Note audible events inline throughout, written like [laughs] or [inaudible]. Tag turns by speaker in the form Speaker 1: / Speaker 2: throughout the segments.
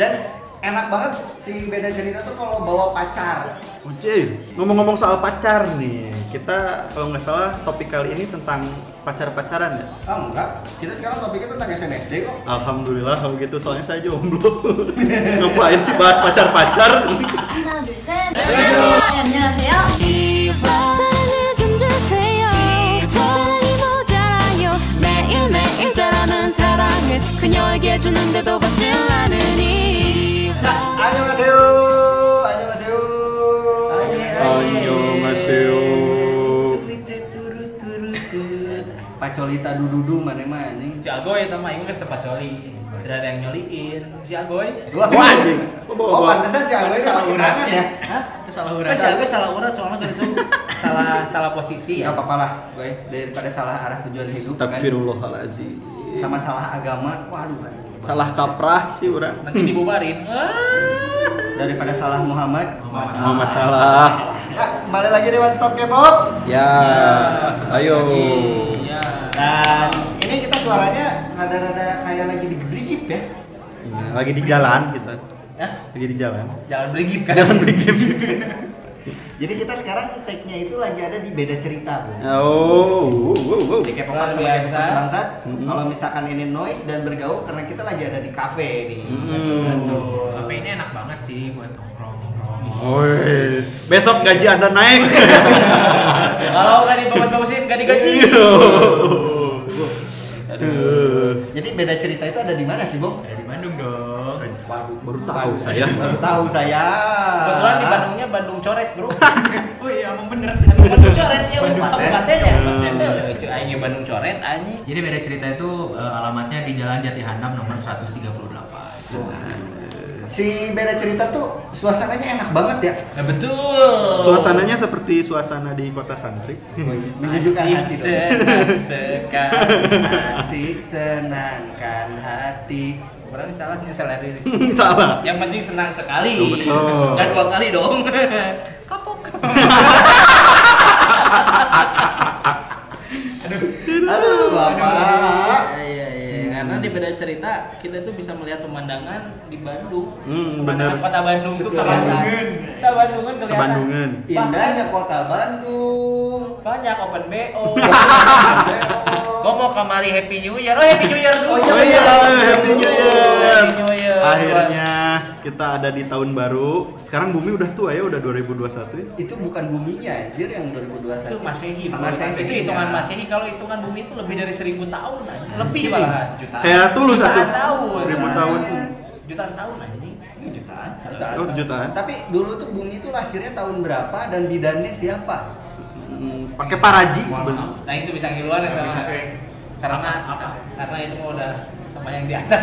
Speaker 1: dan enak banget si beda cerita tuh kalau bawa pacar
Speaker 2: Oke, ngomong-ngomong soal pacar nih, kita kalau nggak salah topik kali ini tentang pacar-pacaran ya.
Speaker 1: ah enggak kita sekarang topiknya tentang SNSD kok
Speaker 2: Alhamdulillah kalau gitu, soalnya saya [laughs] jomblo. Ngapain sih bahas pacar-pacar?
Speaker 3: 하나 둘셋
Speaker 4: 네, 안녕하세요.
Speaker 5: 사랑을 좀 주세요 사랑이 모자라요 매일매일 자라는 사랑을 그녀에게 주는데도 받질 않으니
Speaker 1: ayo maseo ayo maseo
Speaker 2: 안녕하세요.
Speaker 1: pacolita dududu mana mana anjing
Speaker 6: Si Agoy sama Inggris tempat coli. Tidak ada yang nyoliin. Si Agoy.
Speaker 1: Wah,
Speaker 2: Wah, anjing.
Speaker 1: Oh, pantesan si Agoy salah undangan ya.
Speaker 6: Hah? Itu salah urat.
Speaker 4: Mas, si Agoy
Speaker 6: salah urat soalnya gitu. [laughs] salah salah posisi
Speaker 1: Enggak
Speaker 6: ya.
Speaker 1: apa-apa lah, Goy. Daripada salah arah tujuan hidup kan.
Speaker 2: Astagfirullahalazim.
Speaker 1: Sama salah agama, waduh.
Speaker 2: Salah kaprah sih orang.
Speaker 6: Nanti dibubarin. Ah.
Speaker 1: Daripada salah Muhammad.
Speaker 2: Muhammad salah.
Speaker 1: Ah, Balik lagi di One Stop K-pop.
Speaker 2: Ya, ayo.
Speaker 6: Ah. Iya.
Speaker 1: Dan ini kita suaranya rada-rada kayak lagi digerigip ya.
Speaker 2: Iya, Lagi di jalan kita.
Speaker 6: Hah?
Speaker 2: Lagi di jalan.
Speaker 6: Jalan berigip kan.
Speaker 2: Jangan bikin.
Speaker 1: Jadi kita sekarang tag-nya itu lagi ada di beda cerita, Bu.
Speaker 2: Oh, wow, wow, wow.
Speaker 1: Di K-popers
Speaker 6: Luar
Speaker 1: sebagai
Speaker 6: biasa.
Speaker 1: popers bangsat.
Speaker 2: Mm-mm.
Speaker 1: Kalau misalkan ini noise dan bergaul karena kita lagi ada di kafe nih.
Speaker 2: Hmm.
Speaker 6: Tuh, kafe ini enak banget sih buat nongkrong-nongkrong.
Speaker 2: Wes, besok gaji Anda naik.
Speaker 6: Kalau nggak dibagus-bagusin, nggak
Speaker 2: [laughs]
Speaker 6: digaji.
Speaker 2: Iya. Aduh.
Speaker 1: Jadi beda cerita itu ada di mana sih, Bung?
Speaker 6: Dari Bandung dong.
Speaker 1: Waduh,
Speaker 2: Baru tahu saya.
Speaker 1: Baru tahu saya.
Speaker 6: Kebetulan di Bandungnya Bandung coret bro. [laughs] oh iya, emang bener. Emang Bandung coret ya, wis kabupaten ya. Lucu aja Bandung coret aja.
Speaker 4: Jadi beda cerita itu eh, alamatnya di Jalan Jati Handap nomor 138.
Speaker 1: Nah, Si beda cerita tuh suasananya enak banget ya.
Speaker 6: Nah betul.
Speaker 2: Suasananya seperti suasana di kota santri. [laughs]
Speaker 1: Menjejukkan hati dong.
Speaker 6: senang sekali.
Speaker 1: Asik senangkan hati.
Speaker 6: Berarti salah sih salah diri.
Speaker 2: Salah.
Speaker 6: Yang penting senang sekali.
Speaker 2: Oh, betul.
Speaker 6: Dan dua kali dong. [laughs] Kapok.
Speaker 1: Aduh, Bapak.
Speaker 6: Iya, iya, iya. Karena di beda cerita kita tuh bisa melihat pemandangan di Bandung.
Speaker 2: Hmm,
Speaker 6: Pemandangan
Speaker 2: bener.
Speaker 6: Kota Bandung tuh
Speaker 1: Betul.
Speaker 6: sabandungan. Sabandungan kelihatan.
Speaker 2: Sabandungan.
Speaker 1: Indahnya kota Bandung.
Speaker 6: Banyak open
Speaker 2: [laughs]
Speaker 6: BO. Ah. Gua
Speaker 1: Bandung.
Speaker 6: mau kemari Happy New Year. Oh, Happy New Year dulu.
Speaker 1: Oh, iya,
Speaker 2: Oh iya, Happy New Year.
Speaker 6: Happy New Year.
Speaker 2: Akhirnya kita ada di tahun baru. Sekarang bumi udah tua ya, udah 2021 ya.
Speaker 1: Itu bukan buminya anjir yang 2021.
Speaker 6: itu masehi,
Speaker 1: Ah,
Speaker 6: bro.
Speaker 1: Masehi.
Speaker 6: itu hitungan masehi kalau hitungan bumi itu lebih dari seribu tahun anjing lebih
Speaker 2: iya. Anjing.
Speaker 6: malahan jutaan
Speaker 2: Saya tulus
Speaker 6: jutaan
Speaker 2: satu.
Speaker 6: tahun
Speaker 2: Seribu
Speaker 6: Jutaan.
Speaker 2: tahun. Iya,
Speaker 6: jutaan tahun anjing Ini jutaan
Speaker 1: Jutaan.
Speaker 2: Oh, jutaan.
Speaker 1: Tapi dulu tuh bumi itu lahirnya tahun berapa dan bidannya siapa?
Speaker 2: Hmm, Pakai paraji sebenarnya.
Speaker 6: nah itu bisa ngiluan ya teman karena apa karena itu mau udah sama yang di
Speaker 2: [laughs]
Speaker 6: atas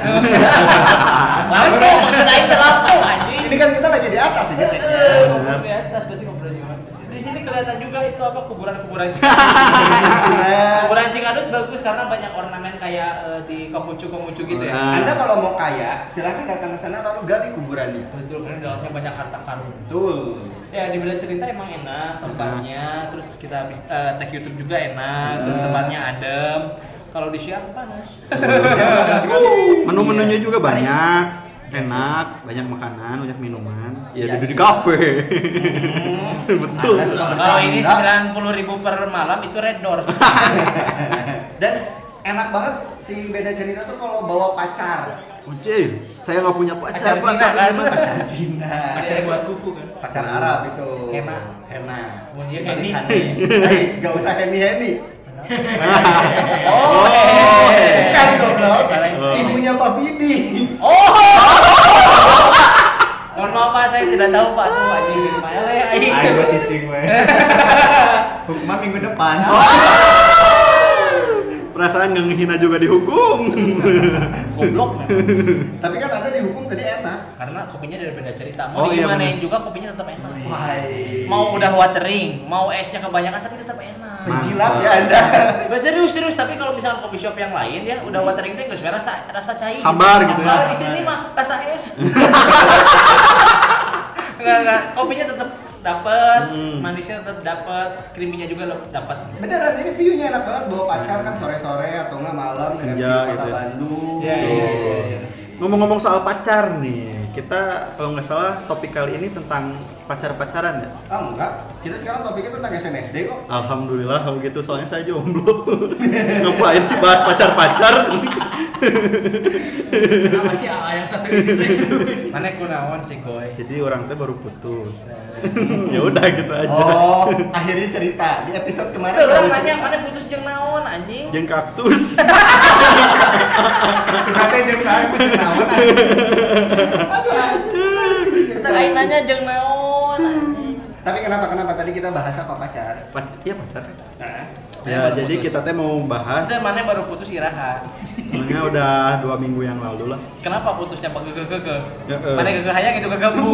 Speaker 6: lampung maksudnya itu lampung anjing
Speaker 1: Ini kan kita lagi di atas ya.
Speaker 6: [laughs]
Speaker 1: Tek.
Speaker 6: Eh, ngomong di atas berarti ngobrolnya gimana? di sini kelihatan juga itu apa kuburan-kuburan
Speaker 1: [laughs] Kuburan.
Speaker 6: Cikadut. kuburan Cikadut bagus karena banyak ornamen kayak eh, di konghucu-konghucu gitu ya.
Speaker 2: Ah.
Speaker 1: Anda kalau mau kaya, silahkan datang ke sana lalu gali kuburannya.
Speaker 6: Betul, karena dalamnya banyak harta karun.
Speaker 1: Betul.
Speaker 6: Ya, di beda cerita emang enak tempatnya, terus kita habis eh, tag YouTube juga enak, terus tempatnya adem. Kalau di siang panas.
Speaker 1: Siapa ada
Speaker 6: [laughs]
Speaker 1: sekali?
Speaker 2: Menu-menunya
Speaker 1: Iya.
Speaker 2: juga banyak, enak, banyak makanan, banyak minuman.
Speaker 1: Ya.
Speaker 2: Ya,
Speaker 6: Iya.
Speaker 2: duduk di kafe.
Speaker 6: Hmm.
Speaker 2: [laughs] Betul.
Speaker 1: Ada suka
Speaker 6: Kalau ini
Speaker 1: bercanda.
Speaker 6: 90.000 per malam itu Red
Speaker 1: [laughs]
Speaker 6: Doors.
Speaker 1: Nah, dan enak banget si beda cerita tuh kalau bawa pacar.
Speaker 2: Oke, saya nggak punya pacar,
Speaker 6: Pacar
Speaker 2: Pak.
Speaker 6: Cina, kan?
Speaker 2: Gimana?
Speaker 1: Pacar Cina.
Speaker 6: Pacar buat kuku
Speaker 1: [laughs]
Speaker 6: kan.
Speaker 1: Pacar Arab itu.
Speaker 6: Hena.
Speaker 1: Hena.
Speaker 6: Oh, iya,
Speaker 1: Kebalikannya. Hei, nggak usah Heni Heni.
Speaker 6: Oh,
Speaker 2: Oh,
Speaker 1: iya.
Speaker 6: eh.
Speaker 1: Bukan goblok. Oh.
Speaker 6: Kalian-
Speaker 1: Ibunya Pak Bidi.
Speaker 6: Oh. Mohon maaf Pak, saya tidak tahu Pak. Tuh Pak Jimmy Ismail ya. [laughs]
Speaker 2: [laughs]
Speaker 6: Aing.
Speaker 1: cicing gue. Hukuman minggu depan.
Speaker 2: Oh. Perasaan nggak ngehina juga dihukum.
Speaker 6: Goblok memang.
Speaker 1: Tapi kan Anda dihukum tadi enak.
Speaker 6: Karena kopinya dari beda cerita. Mau
Speaker 2: Oh, iya,
Speaker 6: gimana
Speaker 2: bener.
Speaker 6: juga kopinya tetap enak.
Speaker 1: Wahai.
Speaker 6: Iya. Mau udah watering, mau esnya kebanyakan tapi tetap enak.
Speaker 1: Penjilat ya Anda.
Speaker 6: Bah, serius serius tapi kalau misalkan kopi shop yang lain ya udah watering teh nggak suka rasa rasa cai
Speaker 2: Hambar gitu ya.
Speaker 6: Kalau di sini mah rasa
Speaker 2: [laughs]
Speaker 6: es nggak nggak kopinya tetap dapet
Speaker 2: Hmm.
Speaker 6: manisnya tetap dapet creaminya juga lo- dapet
Speaker 1: Beneran ini view-nya enak banget bawa pacar kan sore-sore atau enggak malam dengan
Speaker 2: Senja
Speaker 1: view kota
Speaker 2: gitu ya.
Speaker 1: Bandung.
Speaker 6: Iya, iya, iya, iya.
Speaker 2: Ngomong-ngomong soal pacar nih, Kita kalau nggak salah topik kali ini tentang pacar-pacaran ya.
Speaker 1: Ah enggak, kita sekarang topiknya tentang SNSD kok.
Speaker 2: Alhamdulillah kalau gitu soalnya saya jomblo. [laughs] Ngapain sih bahas pacar-pacar?
Speaker 4: Kenapa sih AA yang satu ini?
Speaker 6: Mana kunaon sih goy?
Speaker 2: Jadi orang teh baru putus. [laughs] ya udah gitu aja.
Speaker 1: Oh, akhirnya cerita di episode kemarin.
Speaker 6: Ada
Speaker 1: baru
Speaker 6: orang nanya
Speaker 1: cerita.
Speaker 6: mana putus jeung naon anjing?
Speaker 2: Jeng kaktus.
Speaker 7: Sukatnya jeung saya pun kenaon.
Speaker 1: Aduh, anjing.
Speaker 6: Kita lain nanya jeung naon anjing.
Speaker 1: Tapi kenapa kenapa tadi kita bahas apa pacar?
Speaker 2: Pac iya pacar.
Speaker 1: Nah,
Speaker 2: Ya
Speaker 1: baru
Speaker 2: jadi
Speaker 1: putus.
Speaker 2: kita teh mau bahas.
Speaker 6: Itu mana baru putus iraha.
Speaker 2: Sebenarnya udah dua minggu yang lalu lah.
Speaker 6: Kenapa putusnya pak gege gege?
Speaker 2: Heeh.
Speaker 6: Mana gege hayang itu gege bu.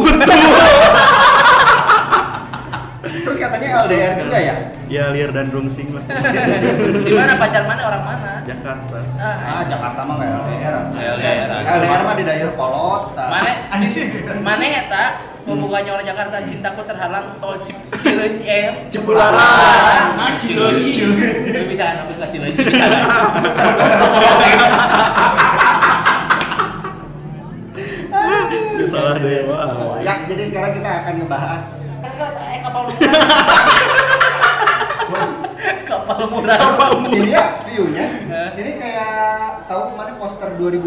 Speaker 1: terus katanya LDR juga ya?
Speaker 2: Ya liar dan rungsing lah.
Speaker 6: Di mana pacar mana orang mana?
Speaker 2: Jakarta.
Speaker 6: Ah,
Speaker 1: Ah, Jakarta mah nggak LDR.
Speaker 6: LDR.
Speaker 1: LDR mah di daerah kolot. tah.
Speaker 6: Mane,
Speaker 7: Anjing.
Speaker 6: mane eta pembukanya orang Jakarta cintaku terhalang tol Cip Cileunyi eh
Speaker 2: Cipularang.
Speaker 6: Nah, Cileunyi. Lu bisa nembus lah Cileunyi. bisa.
Speaker 2: Ya, salah deh. Wah.
Speaker 1: Ya, jadi sekarang kita akan ngebahas
Speaker 6: Eh kapal murah. Kapal murah.
Speaker 1: ini ya view-nya. Ini kayak tahu kemarin poster 2012.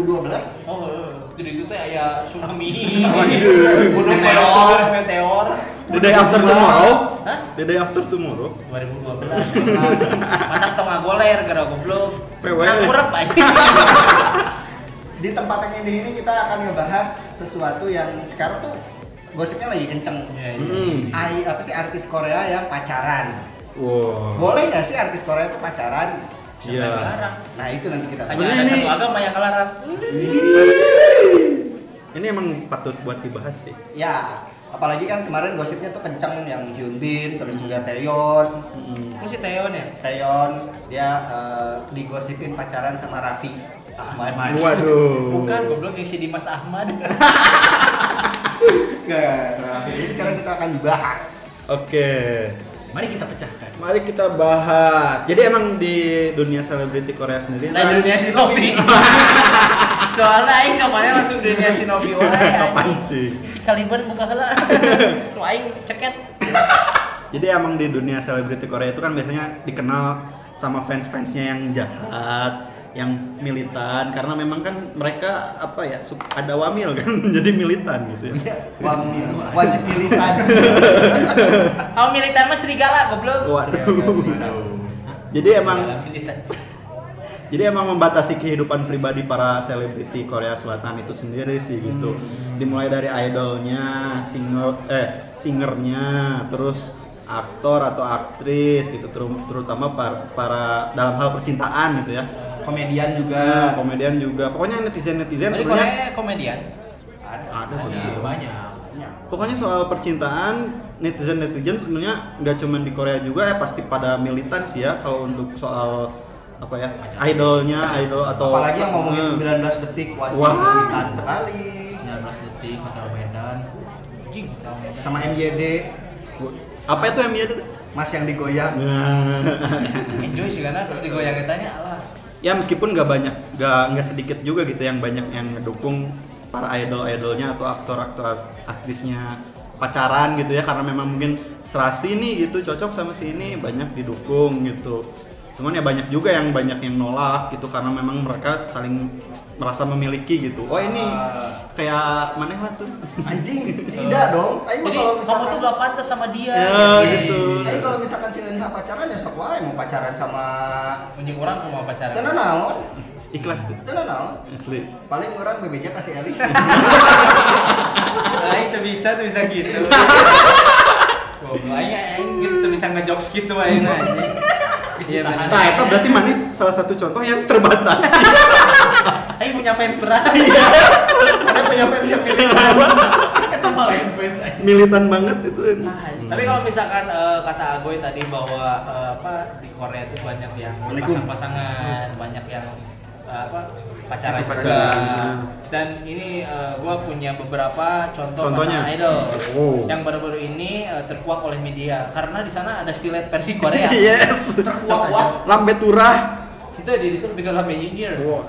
Speaker 6: Oh, jadi itu teh aya
Speaker 2: [laughs]
Speaker 6: tsunami.
Speaker 2: Anjing.
Speaker 6: Gunung meteor, meteor.
Speaker 2: The day after tomorrow.
Speaker 6: Hah?
Speaker 2: The day after tomorrow.
Speaker 6: 2012 Matak tong ngagoler gara goblok.
Speaker 2: PW.
Speaker 6: Kurep
Speaker 2: [laughs]
Speaker 6: aja.
Speaker 1: Di tempat yang ini ini kita akan ngebahas sesuatu yang sekarang tuh gosipnya lagi kenceng.
Speaker 6: Iya,
Speaker 2: Hmm.
Speaker 1: Ai- apa sih artis Korea yang pacaran?
Speaker 2: Wow.
Speaker 1: Boleh nggak sih artis Korea itu pacaran?
Speaker 2: Iya.
Speaker 1: Nah itu nanti kita
Speaker 6: Hanya
Speaker 2: Sebenarnya
Speaker 6: ada
Speaker 2: ini-
Speaker 6: satu agama yang ngelarang.
Speaker 2: Ini emang patut buat dibahas sih.
Speaker 1: Ya, apalagi kan kemarin gosipnya tuh kenceng yang Hyun Bin, terus juga Taeyeon.
Speaker 6: Aku sih Teon ya.
Speaker 1: Taeyeon dia eh, digosipin pacaran sama Raffi Ahmad.
Speaker 2: Ah, Waduh.
Speaker 6: Bukan goblok yang si Dimas Ahmad.
Speaker 1: Nggak, Raffi. Jadi sekarang kita akan bahas.
Speaker 2: Oke.
Speaker 4: Mari kita pecahkan.
Speaker 2: Mari kita bahas. Jadi emang di dunia selebriti Korea sendiri kan?
Speaker 6: Nah, dunia
Speaker 2: [laughs]
Speaker 6: Shinobi. Soalnya aing kemarin langsung dunia Shinobi wae.
Speaker 2: [laughs] kapan sih?
Speaker 6: Kaliber buka heula. [laughs] Nu aing ceket.
Speaker 2: Jadi emang di dunia selebriti Korea itu kan biasanya dikenal sama fans-fansnya yang jahat, yang militan karena memang kan mereka apa ya sup- ada wamil kan [laughs] jadi militan gitu ya.
Speaker 1: Wamil, wajib militan.
Speaker 6: Oh, militan mah serigala goblok.
Speaker 2: Waduh. Jadi Iya, emang
Speaker 6: Serigala militan.
Speaker 2: Jadi emang membatasi kehidupan pribadi para selebriti Korea Selatan itu sendiri sih gitu. Dimulai dari idolnya, singer eh singernya, terus aktor atau aktris gitu teru- terutama par- para, dalam hal percintaan gitu ya.
Speaker 1: Komedian juga.
Speaker 2: Nah, komedian juga. Pokoknya netizen-netizen Iya,
Speaker 6: Jadi
Speaker 2: sebenarnya
Speaker 6: Korea komedian.
Speaker 2: ada
Speaker 4: Ada
Speaker 2: banyak.
Speaker 4: Iya, banyak.
Speaker 2: Pokoknya soal percintaan netizen-netizen sebenarnya nggak cuma di Korea juga ya pasti pada militan sih ya kalau untuk soal apa ya idolnya idol atau
Speaker 1: Apalagi yang ngomongin
Speaker 2: Eh.
Speaker 1: 19 detik wajib
Speaker 2: Wah.
Speaker 1: militan sekali.
Speaker 4: 19 detik Hotel Medan.
Speaker 6: Anjing.
Speaker 1: Sama MJD,
Speaker 2: apa itu yang mirip?
Speaker 1: Mas yang digoyang.
Speaker 6: Enjoy sih karena terus digoyang tanya Allah.
Speaker 2: ya meskipun nggak banyak nggak nggak sedikit juga gitu yang banyak yang ngedukung para idol idolnya atau aktor aktor aktrisnya pacaran gitu ya karena memang mungkin serasi nih gitu cocok sama si ini banyak didukung gitu cuman ya banyak juga yang banyak yang nolak gitu karena memang mereka saling merasa memiliki gitu oh ini kayak mana lah tuh
Speaker 1: Eh, Anjing, tidak dong. Ayo
Speaker 6: Jadi
Speaker 1: kalau
Speaker 6: kamu
Speaker 1: misalkan
Speaker 6: tuh gak pantas sama dia.
Speaker 2: ya gitu
Speaker 1: Ayo kalau misalkan si Enha pacaran ya sok wae mau pacaran sama
Speaker 6: Menjeng orang mau pacaran.
Speaker 1: Tenang naon?
Speaker 2: ikhlas tuh
Speaker 1: Tenang naon?
Speaker 2: asli
Speaker 1: Paling orang bebeja kasih Elis.
Speaker 6: Aing tuh Ah, bisa tuh bisa [laughs] gitu. Goblok aing aing geus tuh bisa ngejokes gitu aing anjing. Geus ditahan.
Speaker 2: nah itu berarti mana salah satu contoh yang terbatas [laughs] Iya.
Speaker 6: Aing punya fans berat.
Speaker 2: Yes.
Speaker 1: Ada punya fans yang milih.
Speaker 6: Eta malah yang fans
Speaker 2: Iya,
Speaker 6: aing.
Speaker 2: militan banget itu Hmm.
Speaker 6: Tapi kalau misalkan eh, kata Agoy tadi bahwa eh, apa di Korea itu banyak yang
Speaker 1: Assalamualaikum.
Speaker 6: pasang-pasangan, banyak yang eh, apa pacaran
Speaker 2: Yang
Speaker 6: juga.
Speaker 2: pacaran.
Speaker 6: Dan ini eh, gua punya beberapa contoh
Speaker 2: Contohnya?
Speaker 6: pasangan idol
Speaker 2: Oh.
Speaker 6: yang baru-baru ini eh, terkuak oleh media karena di sana ada silet versi
Speaker 2: [laughs]
Speaker 6: Korea.
Speaker 2: yes
Speaker 6: Terkuak-kuak.
Speaker 2: lambe turah
Speaker 6: Itu di itu lebih ke Love Engineer. Eh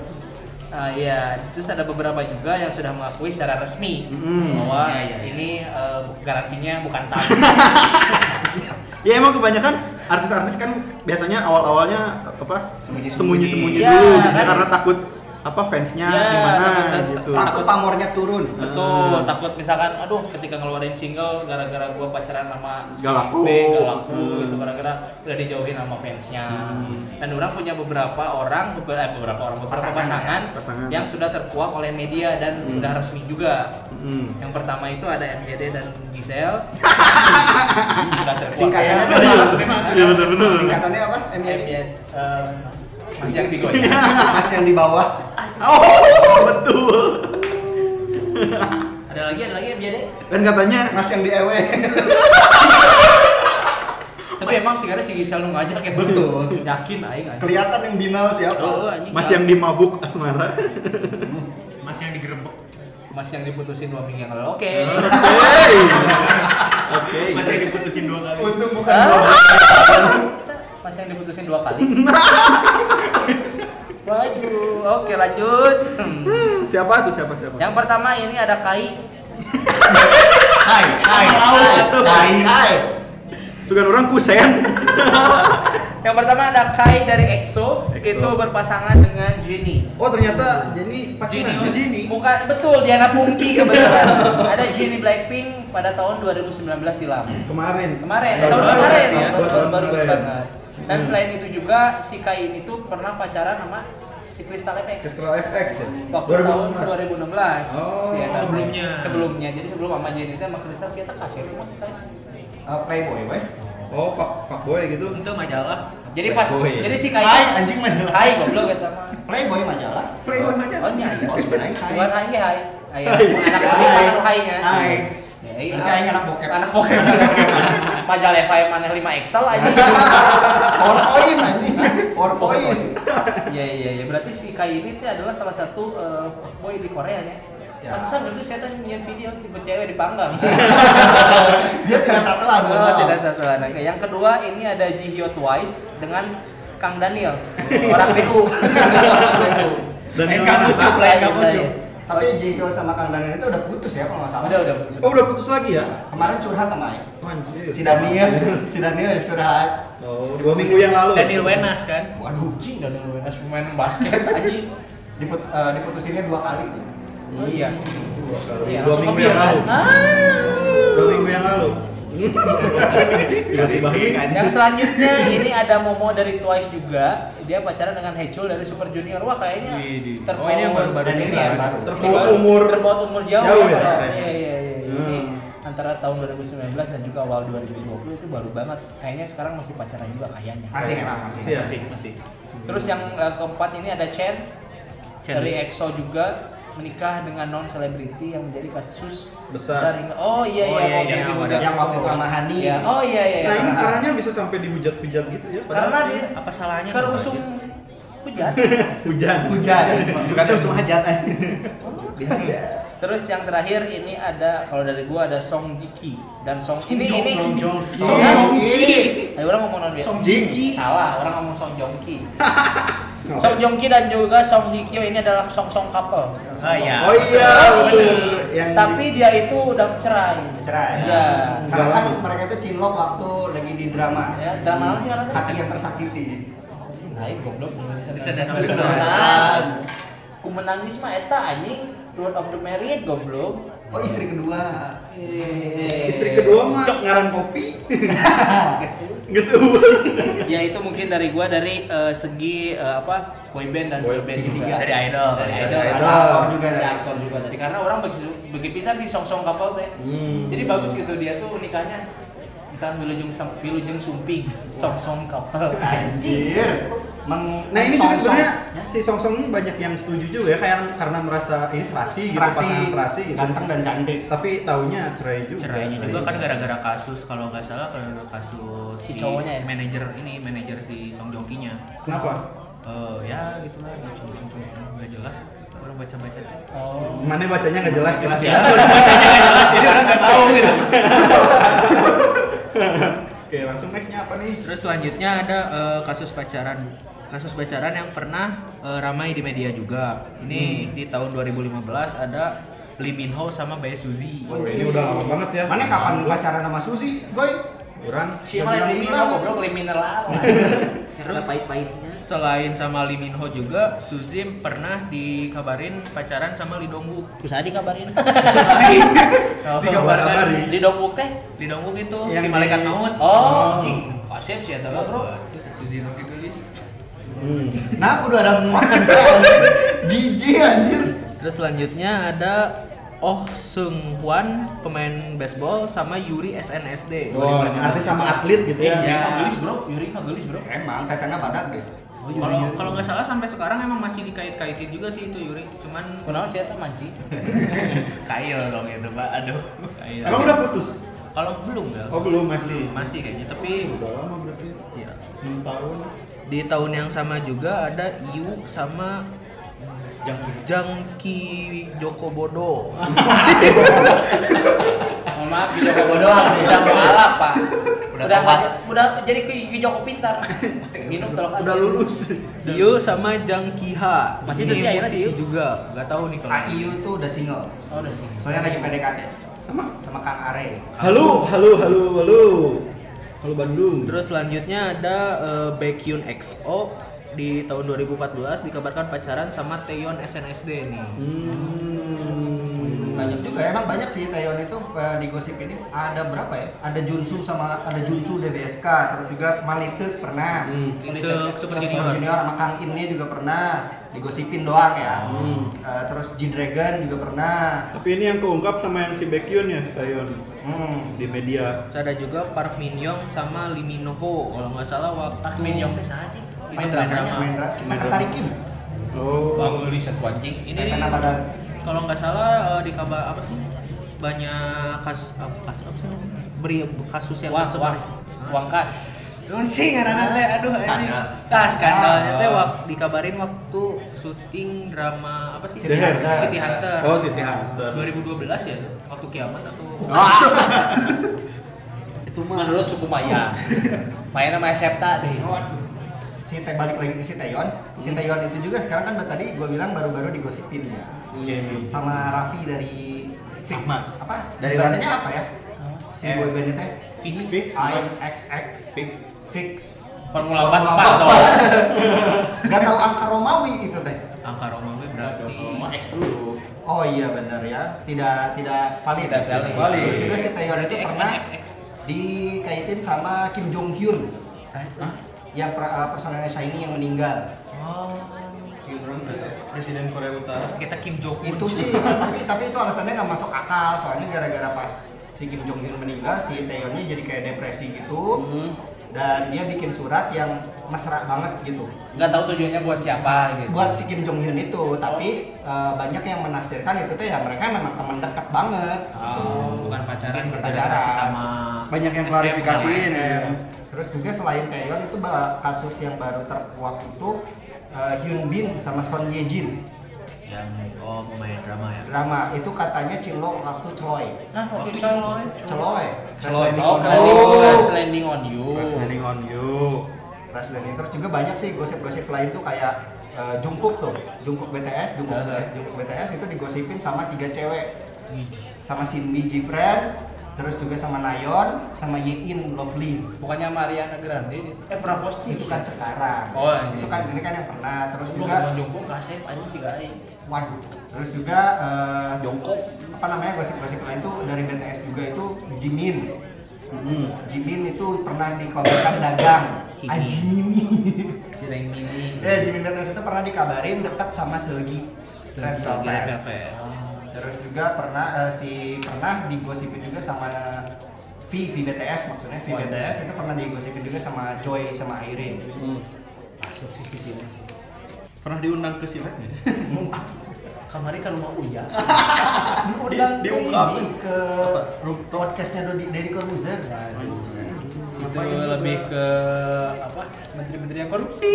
Speaker 6: Ah, iya, terus ada beberapa juga yang sudah mengakui secara resmi
Speaker 2: Mm-mm.
Speaker 6: bahwa
Speaker 4: Iya, iya, iya.
Speaker 6: ini eh, garansinya bukan tabu.
Speaker 2: [laughs] Ya emang kebanyakan artis-artis kan biasanya awal-awalnya apa
Speaker 4: Sembunyi-sembunyi.
Speaker 2: sembunyi-sembunyi
Speaker 6: Iya,
Speaker 2: dulu gitu ya,
Speaker 6: kan.
Speaker 2: karena takut apa fansnya
Speaker 6: Iya,
Speaker 2: gimana
Speaker 6: takut-
Speaker 2: gitu.
Speaker 1: Takut pamornya turun.
Speaker 6: Betul, takut misalkan aduh ketika ngeluarin single gara-gara gua pacaran sama si
Speaker 2: Gak laku.
Speaker 6: B, gak laku
Speaker 2: Hmm.
Speaker 6: gitu gara-gara udah dijauhin sama fansnya.
Speaker 2: Hmm.
Speaker 6: Dan orang punya beberapa orang beberapa, beberapa orang beberapa
Speaker 2: Pasangan,
Speaker 6: pasangan,
Speaker 2: ya, pasangan.
Speaker 6: yang sudah terkuak oleh media dan
Speaker 2: Hmm.
Speaker 6: udah resmi juga.
Speaker 2: Mm-mm.
Speaker 6: Yang pertama itu ada MGD dan
Speaker 2: [laughs]
Speaker 6: Giselle. sudah terkuak.
Speaker 1: Singkatnya
Speaker 6: ya.
Speaker 1: apa?
Speaker 2: Iya benar-benar.
Speaker 1: Singkatannya apa? MYD.
Speaker 6: MGD, eh, masih yang digoyang.
Speaker 2: Iya.
Speaker 1: Mas yang di bawah.
Speaker 2: Oh betul.
Speaker 4: Ada lagi, ada lagi yang jadi.
Speaker 2: Kan katanya
Speaker 1: Mas yang di EW.
Speaker 6: Tapi emang sekarang si Giselle nu ngajak ya.
Speaker 1: Betul.
Speaker 6: Yakin aing anjing.
Speaker 1: Kelihatan yang binal siapa?
Speaker 6: Oh, anjing.
Speaker 2: Mas yang dimabuk asmara.
Speaker 8: Mas yang digerebek.
Speaker 6: Mas yang diputusin dua minggu yang lalu. Oke.
Speaker 2: Hey. Oke.
Speaker 8: Mas yang diputusin dua kali.
Speaker 1: Untung bukan
Speaker 6: Hah?
Speaker 1: gua.
Speaker 6: Mas yang diputusin dua kali. [laughs] Waduh. Oke, lanjut. Hmm.
Speaker 2: [laughs] Siapa tuh siapa siapa?
Speaker 6: Yang pertama ini ada Kai.
Speaker 9: Hai, hai, hai, hai.
Speaker 2: Sugan orang kusen.
Speaker 6: Yang pertama ada Kai dari EXO,
Speaker 2: EXO.
Speaker 6: itu berpasangan dengan Jennie.
Speaker 2: Oh ternyata Jenny
Speaker 6: oh Jennie. Bukan betul Diana Pungki kebetulan. ada Jennie Blackpink pada tahun 2019 silam.
Speaker 2: kemarin.
Speaker 6: Kemarin,
Speaker 2: Baru-
Speaker 6: tahun kemarin Hmm. ya,
Speaker 2: baru-
Speaker 6: baru baru
Speaker 2: kemarin.
Speaker 6: banget. Dan selain itu juga si Kai ini tuh pernah pacaran sama si Crystal FX.
Speaker 2: Kestra FX ya.
Speaker 6: waktu
Speaker 2: 2016.
Speaker 6: tahun 2016
Speaker 2: Oh,
Speaker 6: si Eta.
Speaker 8: sebelumnya.
Speaker 6: sebelumnya jadi sebelum sama Jenny itu sama Kristal sih tak kasih rumah sekali
Speaker 1: Eh, Playboy, weh.
Speaker 2: Oh fuck fuckboy gitu.
Speaker 8: Itu majalah.
Speaker 6: jadi pas
Speaker 2: Playboy.
Speaker 6: jadi si
Speaker 9: Hai,
Speaker 6: Kai
Speaker 9: anjing majalah.
Speaker 6: Hai goblok eta mah
Speaker 1: Playboy majalah.
Speaker 8: Playboy majalah.
Speaker 6: oh nya ya cuman hai ge hai Hai,
Speaker 2: Hai.
Speaker 6: anak asing
Speaker 9: Hai.
Speaker 6: mana nu hai nya
Speaker 9: Hai.
Speaker 6: Ya, iya.
Speaker 1: Berarti aing anak bokep.
Speaker 6: anak bokep pajal Eva yang mana 5 Excel aja
Speaker 1: [laughs] Orpoin anjing. Orpoin. [laughs]
Speaker 6: iya iya iya berarti si Kai ini tuh adalah salah satu eh, fuckboy di Korea ya
Speaker 1: Ya.
Speaker 6: Pantesan dulu saya tadi nyiar video tipe cewek dipanggang.
Speaker 1: Dia tidak tatuan. mohon
Speaker 6: Oh,
Speaker 1: maaf.
Speaker 6: tidak satu anak. Yang kedua ini ada Jihyo Twice dengan Kang Daniel, orang [laughs] BU.
Speaker 2: Dan
Speaker 8: Eh,
Speaker 2: yang-
Speaker 8: kamu
Speaker 6: Ucup lah ya,
Speaker 8: Kamu
Speaker 6: ucup.
Speaker 1: Tapi Jigo sama Kang Daniel itu udah putus ya kalau nggak salah.
Speaker 6: Udah, udah. putus.
Speaker 2: Oh udah putus lagi ya?
Speaker 1: Kemarin curhat sama Aing.
Speaker 2: Anjir.
Speaker 1: Si Daniel, [laughs] si Daniel curhat.
Speaker 2: Oh, dua minggu yang lalu.
Speaker 4: Daniel Wenas kan.
Speaker 1: Waduh,
Speaker 6: Anjing Daniel Wenas pemain basket anjing.
Speaker 1: diput, eh, diputusinnya dua kali.
Speaker 6: Oh iya.
Speaker 1: Iya,
Speaker 2: Dua minggu yang lalu.
Speaker 1: ya.
Speaker 6: Ah.
Speaker 2: Dua minggu yang lalu.
Speaker 1: Iya,
Speaker 2: Tiba-tiba.
Speaker 6: Yang selanjutnya ini ada Momo dari Twice juga. Dia pacaran dengan Hechul dari Super Junior. Wah kayaknya
Speaker 4: Wih, di-
Speaker 6: terpaut
Speaker 4: oh, ini yang baru-baru
Speaker 1: Dan ini
Speaker 6: ya.
Speaker 1: yang baru.
Speaker 2: Terpaut umur.
Speaker 6: terpaut umur jauh,
Speaker 2: Jauh ya,
Speaker 6: Pak?
Speaker 2: kayaknya.
Speaker 6: Iya iya iya. Ini
Speaker 2: Hmm.
Speaker 6: antara tahun 2019 dan juga awal 2020 itu baru banget. Kayaknya sekarang masih pacaran juga kayaknya.
Speaker 1: Masih emang masih.
Speaker 2: Masih ya?
Speaker 4: masih.
Speaker 6: Terus yang eh, keempat ini ada Chen,
Speaker 4: Chen
Speaker 6: dari
Speaker 4: Li.
Speaker 6: EXO juga menikah dengan non selebriti yang menjadi kasus
Speaker 2: Besar.
Speaker 6: hingga oh iya
Speaker 4: Oh,
Speaker 6: iya,
Speaker 4: iya,
Speaker 6: waktu
Speaker 4: iya,
Speaker 6: di
Speaker 4: yang
Speaker 6: Buddha.
Speaker 4: ada-
Speaker 1: Yang waktu itu sama Hani.
Speaker 6: Iya, oh iya iya.
Speaker 2: Nah, ini
Speaker 6: iya.
Speaker 2: arahnya bisa sampai dihujat-hujat gitu ya? padahal
Speaker 6: karena dia
Speaker 4: Apa salahnya?
Speaker 6: ke usung hujat.
Speaker 2: hujan.
Speaker 1: Hujan.
Speaker 9: Juga tuh semua hajat. eh.
Speaker 6: [laughs] Terus yang terakhir ini ada kalau dari gua ada Song Jiki dan Song,
Speaker 4: Song
Speaker 6: ini
Speaker 4: Jong,
Speaker 6: ini
Speaker 4: Song
Speaker 2: Iya.
Speaker 4: Jong.
Speaker 6: Song
Speaker 1: Song
Speaker 6: Jongki. Ayo orang ngomong non
Speaker 9: Song Jiki.
Speaker 6: Salah, orang ngomong Song Jongki. Song Jongki dan juga Song Hikyo ini adalah Song Song couple.
Speaker 4: Oh iya.
Speaker 2: Oh iya, betul. Yang
Speaker 6: tapi dia itu udah cerai.
Speaker 1: Cerai.
Speaker 6: Ya.
Speaker 1: Karena kan mereka itu cinlok waktu lagi di drama.
Speaker 6: Ya, drama apa sih karena
Speaker 1: Hati yang tersakiti.
Speaker 6: Naik goblok Indonesia
Speaker 4: Bisa
Speaker 6: dan
Speaker 4: dan
Speaker 6: Bisa
Speaker 4: Bisa.
Speaker 6: Selatan. Ku menangis mah eta anjing. Road of the Married goblok.
Speaker 1: Oh istri kedua.
Speaker 6: Eh.
Speaker 2: istri kedua mah ngaran kopi.
Speaker 1: [laughs]
Speaker 2: Geus
Speaker 6: Ya itu mungkin dari gua dari eh, segi eh, apa boyband dan
Speaker 2: Boy-
Speaker 6: boyband
Speaker 1: segi
Speaker 6: juga.
Speaker 1: tiga.
Speaker 6: Dari
Speaker 4: Dari idol.
Speaker 6: dari
Speaker 4: Dari
Speaker 6: idol,
Speaker 2: idol.
Speaker 1: Ada
Speaker 6: ada
Speaker 1: aktor juga
Speaker 6: ada
Speaker 1: tadi.
Speaker 6: aktor juga tadi karena orang bagi bagi pisan si song song couple teh.
Speaker 2: Hmm.
Speaker 6: Jadi bagus gitu dia tuh nikahnya misalkan Bilujeng Sem- Bilujeng Sumping, song song couple anjing.
Speaker 1: Anjir. Meng-
Speaker 2: Nah, ini juga
Speaker 1: song-song.
Speaker 2: sebenarnya
Speaker 6: Ya.
Speaker 2: si Song Song banyak yang setuju juga ya kayak karena merasa ini serasi gitu,
Speaker 1: serasi,
Speaker 2: pasangan serasi gitu.
Speaker 1: ganteng dan cantik.
Speaker 2: Tapi taunya cerai juga.
Speaker 4: Cerainya juga kan gara-gara kasus kalau nggak salah karena kasus
Speaker 6: Si cowoknya ya?
Speaker 4: manajer ini manajer si Song Jongkinya.
Speaker 2: Kenapa?
Speaker 4: Eh ya gitulah dicurang-curang ya, nggak jelas orang baca-baca teh.
Speaker 6: Oh.
Speaker 2: Mana bacanya nggak jelas gitu
Speaker 4: Ya, orang bacanya nggak jelas jadi orang nggak tahu gitu.
Speaker 2: Oke, langsung nextnya apa nih?
Speaker 4: Terus selanjutnya ada eh, kasus pacaran kasus pacaran yang pernah eh, ramai di media juga. Ini di tahun 2015 ada Lee Min Ho sama Bae Suzy.
Speaker 2: ini udah lama banget ya.
Speaker 1: Mana kapan pacaran sama Susi, Goy?
Speaker 2: Kurang.
Speaker 6: Si Iya, malah
Speaker 1: bilang,
Speaker 6: kriminal, goblok kriminal lah. Karena
Speaker 4: Terus-
Speaker 6: pahit-pahitnya.
Speaker 4: Selain sama Lee Min Ho juga, Suzim pernah dikabarin pacaran sama Lee Dong Wook.
Speaker 6: Terus tadi
Speaker 4: [laughs]
Speaker 6: kabarin.
Speaker 4: Iya,
Speaker 2: Dikabari.
Speaker 6: Di dombuk Oh, teh.
Speaker 4: Lee Dong Wook itu
Speaker 1: Yang
Speaker 4: si malaikat
Speaker 1: di-
Speaker 4: maut.
Speaker 6: Oh, anjing. Asep sih ya
Speaker 4: Tahu,
Speaker 6: bro.
Speaker 4: Suzim oke gelis.
Speaker 1: Nah, aku udah ada muatan. Jijik anjir.
Speaker 4: Terus selanjutnya ada Oh Seung Hwan, pemain baseball sama Yuri SNSD.
Speaker 2: Oh, artis sama atlet gitu ya.
Speaker 4: Iya.
Speaker 6: Gelis bro, Yuri mah gelis bro.
Speaker 1: Emang tetenya badak deh.
Speaker 4: Kalau kalau nggak salah sampai sekarang emang masih dikait-kaitin juga sih itu Yuri. Cuman
Speaker 6: Kenapa sih eta manci?
Speaker 4: kail dong itu, Pak. Aduh. Kail.
Speaker 2: Emang udah putus?
Speaker 4: Kalau belum ya.
Speaker 2: Oh belum masih.
Speaker 4: Masih kayaknya, tapi
Speaker 2: Udah lama berarti.
Speaker 4: ya.
Speaker 2: 6 tahun.
Speaker 4: Di tahun yang sama juga ada Iu sama Jangki Joko Bodo.
Speaker 6: Mohon maaf, video Joko doang. Udah mau alap, Pak. Udah udah,
Speaker 4: telat.
Speaker 6: udah jadi ke ke Joko pintar. Minum telok aja.
Speaker 2: Udah lulus.
Speaker 4: Iu sama Jangki Ha.
Speaker 6: Masih
Speaker 4: Ini
Speaker 6: tuh sih akhirnya si
Speaker 4: musisi
Speaker 6: Iu?
Speaker 4: juga. Gak tahu nih kalau.
Speaker 1: AIU tuh udah single.
Speaker 6: Oh, udah sih.
Speaker 1: Soalnya lagi PDKT. Sama sama Kang Are.
Speaker 2: Halo, halo, halo, halo. Halo Bandung.
Speaker 4: Terus selanjutnya ada eh, Baekhyun XO di tahun 2014 dikabarkan pacaran sama Taeyeon SNSD nih.
Speaker 2: Hmm.
Speaker 1: Banyak juga ya, emang banyak sih Taeyeon itu eh, di gosip ini ada berapa ya? Ada Junsu sama ada Junsu DBSK, terus juga Malitek pernah.
Speaker 2: Hmm.
Speaker 4: Untuk Super
Speaker 1: Super
Speaker 4: Junior.
Speaker 1: Junior sama Kang Innya juga pernah digosipin doang ya.
Speaker 4: Hmm.
Speaker 1: Eh, terus G Dragon juga pernah.
Speaker 2: Tapi ini yang keungkap sama yang si Baekhyun ya, Stayon
Speaker 1: Hmm.
Speaker 2: di media.
Speaker 4: Terus ada juga Park Min Young sama Lee Min Ho kalau nggak salah waktu
Speaker 6: Pak Min Yong teh saha sih?
Speaker 4: Itu
Speaker 6: Main
Speaker 4: drama.
Speaker 6: dramanya.
Speaker 1: Mahendra, Sekretari Kim.
Speaker 2: Oh.
Speaker 6: gelis satu anjing.
Speaker 4: ini nih,
Speaker 1: Karena pada
Speaker 4: kalau nggak salah eh, di kabar apa sih banyak kasus apa, kasus apa sih beri kasus yang
Speaker 6: Wang,
Speaker 4: tersebar.
Speaker 6: wang, wang kas.
Speaker 4: Nun sih karena teh aduh
Speaker 6: eh.
Speaker 4: ini
Speaker 6: Skandal.
Speaker 4: nah, skandalnya teh wak- dikabarin waktu syuting drama apa sih
Speaker 2: City Hunter.
Speaker 4: City Hunter.
Speaker 2: Oh, City Hunter.
Speaker 4: 2012 ya waktu kiamat atau
Speaker 1: itu mah
Speaker 6: Menurut suku Maya. [laughs] Maya nama Septa deh.
Speaker 1: Waduh. si teh balik lagi ke si Taeyeon. Si Taeyeon itu juga sekarang kan tadi gue bilang baru-baru digosipin ya. Sama Raffi dari Fix.
Speaker 2: Ahmad.
Speaker 1: Apa?
Speaker 2: Dari
Speaker 1: bacanya
Speaker 2: Rans-
Speaker 1: apa ya? Si
Speaker 4: Eh,
Speaker 1: boyband itu
Speaker 2: Fix.
Speaker 1: Fix. I X X.
Speaker 2: Fix.
Speaker 1: Fix.
Speaker 6: Formula 4 Pak toh.
Speaker 1: Gak tau angka Romawi itu teh.
Speaker 4: angka Romawi berarti
Speaker 1: Oh iya benar ya, tidak tidak valid.
Speaker 6: Tidak valid.
Speaker 1: Terus juga si Taeyeon itu
Speaker 4: Berarti X
Speaker 1: pernah
Speaker 4: kan X X.
Speaker 1: dikaitin sama Kim Jong Hyun
Speaker 6: Saya tuh.
Speaker 1: yang per- eh, personelnya Shiny yang meninggal.
Speaker 2: Presiden Korea Utara.
Speaker 4: kita Kim Jong Un
Speaker 1: Itu Gitu sih, tapi tapi itu alasannya nggak masuk akal soalnya gara-gara pas si Kim Jong Hyun meninggal si Taeyeonnya jadi kayak depresi gitu dan dia bikin surat yang mesra banget gitu
Speaker 6: Enggak tahu tujuannya buat siapa gitu.
Speaker 1: buat si Kim Jong Hyun itu tapi eh, banyak yang menafsirkan itu teh ya mereka memang teman dekat banget
Speaker 4: Ah, eh,
Speaker 6: Oh, bukan pacaran,
Speaker 1: Bukan
Speaker 6: perbedaan
Speaker 1: pacaran.
Speaker 6: kasus sama
Speaker 2: Banyak yang
Speaker 6: SM
Speaker 2: klarifikasiin
Speaker 6: sama
Speaker 2: ya.
Speaker 1: Terus juga selain Taeyeon itu ba- kasus yang baru terkuak itu eh, Hyun Bin sama Son Ye Jin
Speaker 4: yang oh pemain drama ya
Speaker 1: drama itu katanya Cinlo waktu celoy
Speaker 6: Nah, waktu
Speaker 4: Waktu
Speaker 6: itu
Speaker 4: cowok.
Speaker 1: celoy
Speaker 2: Celoy.
Speaker 6: Oh,
Speaker 1: Oh,
Speaker 6: landing,
Speaker 2: Oh.
Speaker 6: crash landing on you.
Speaker 2: Crash
Speaker 4: Oh.
Speaker 2: landing on you.
Speaker 1: Crash Landing. terus juga banyak sih gosip-gosip lain tuh kayak eh, Jungkook tuh Jungkook BTS Jungkook,
Speaker 6: Ya, ya.
Speaker 1: Jungkook BTS itu digosipin sama tiga cewek sama Cindy Jifren terus juga sama Nayeon sama Yein Lovelies
Speaker 6: Bukannya Mariana Grande itu. Eh, pernah posting.
Speaker 1: itu kan sekarang
Speaker 6: Oh, iya.
Speaker 1: itu kan ini kan yang pernah terus
Speaker 6: Lu
Speaker 1: juga
Speaker 6: mau jongkok kasep anjing sih gak
Speaker 1: Waduh. Terus juga eh Jongkok apa namanya gosip-gosip lain tuh dari BTS juga itu Jimin. Jimin itu pernah dikabarkan dagang.
Speaker 4: Jimin.
Speaker 1: Ah [laughs] Jimin.
Speaker 6: Cireng mini.
Speaker 1: eh Jimin BTS itu pernah dikabarin dekat sama Selgi. Red Velvet.
Speaker 4: Red Velvet.
Speaker 6: Ah,
Speaker 1: Terus juga pernah eh, si pernah digosipin juga sama V, V BTS maksudnya V
Speaker 6: Oh, iya.
Speaker 1: BTS itu pernah digosipin juga sama Joy sama Irene.
Speaker 6: Kasep sih sih filmnya sih.
Speaker 2: Pernah diundang ke silat nggak?
Speaker 6: Kamari ke rumah Uya.
Speaker 1: diundang
Speaker 2: Di-
Speaker 1: ke
Speaker 2: diungkap.
Speaker 1: ini ke podcastnya Dodi Deddy Corbuzier
Speaker 6: Ya, itu lebih ke apa? Menteri-menteri yang korupsi.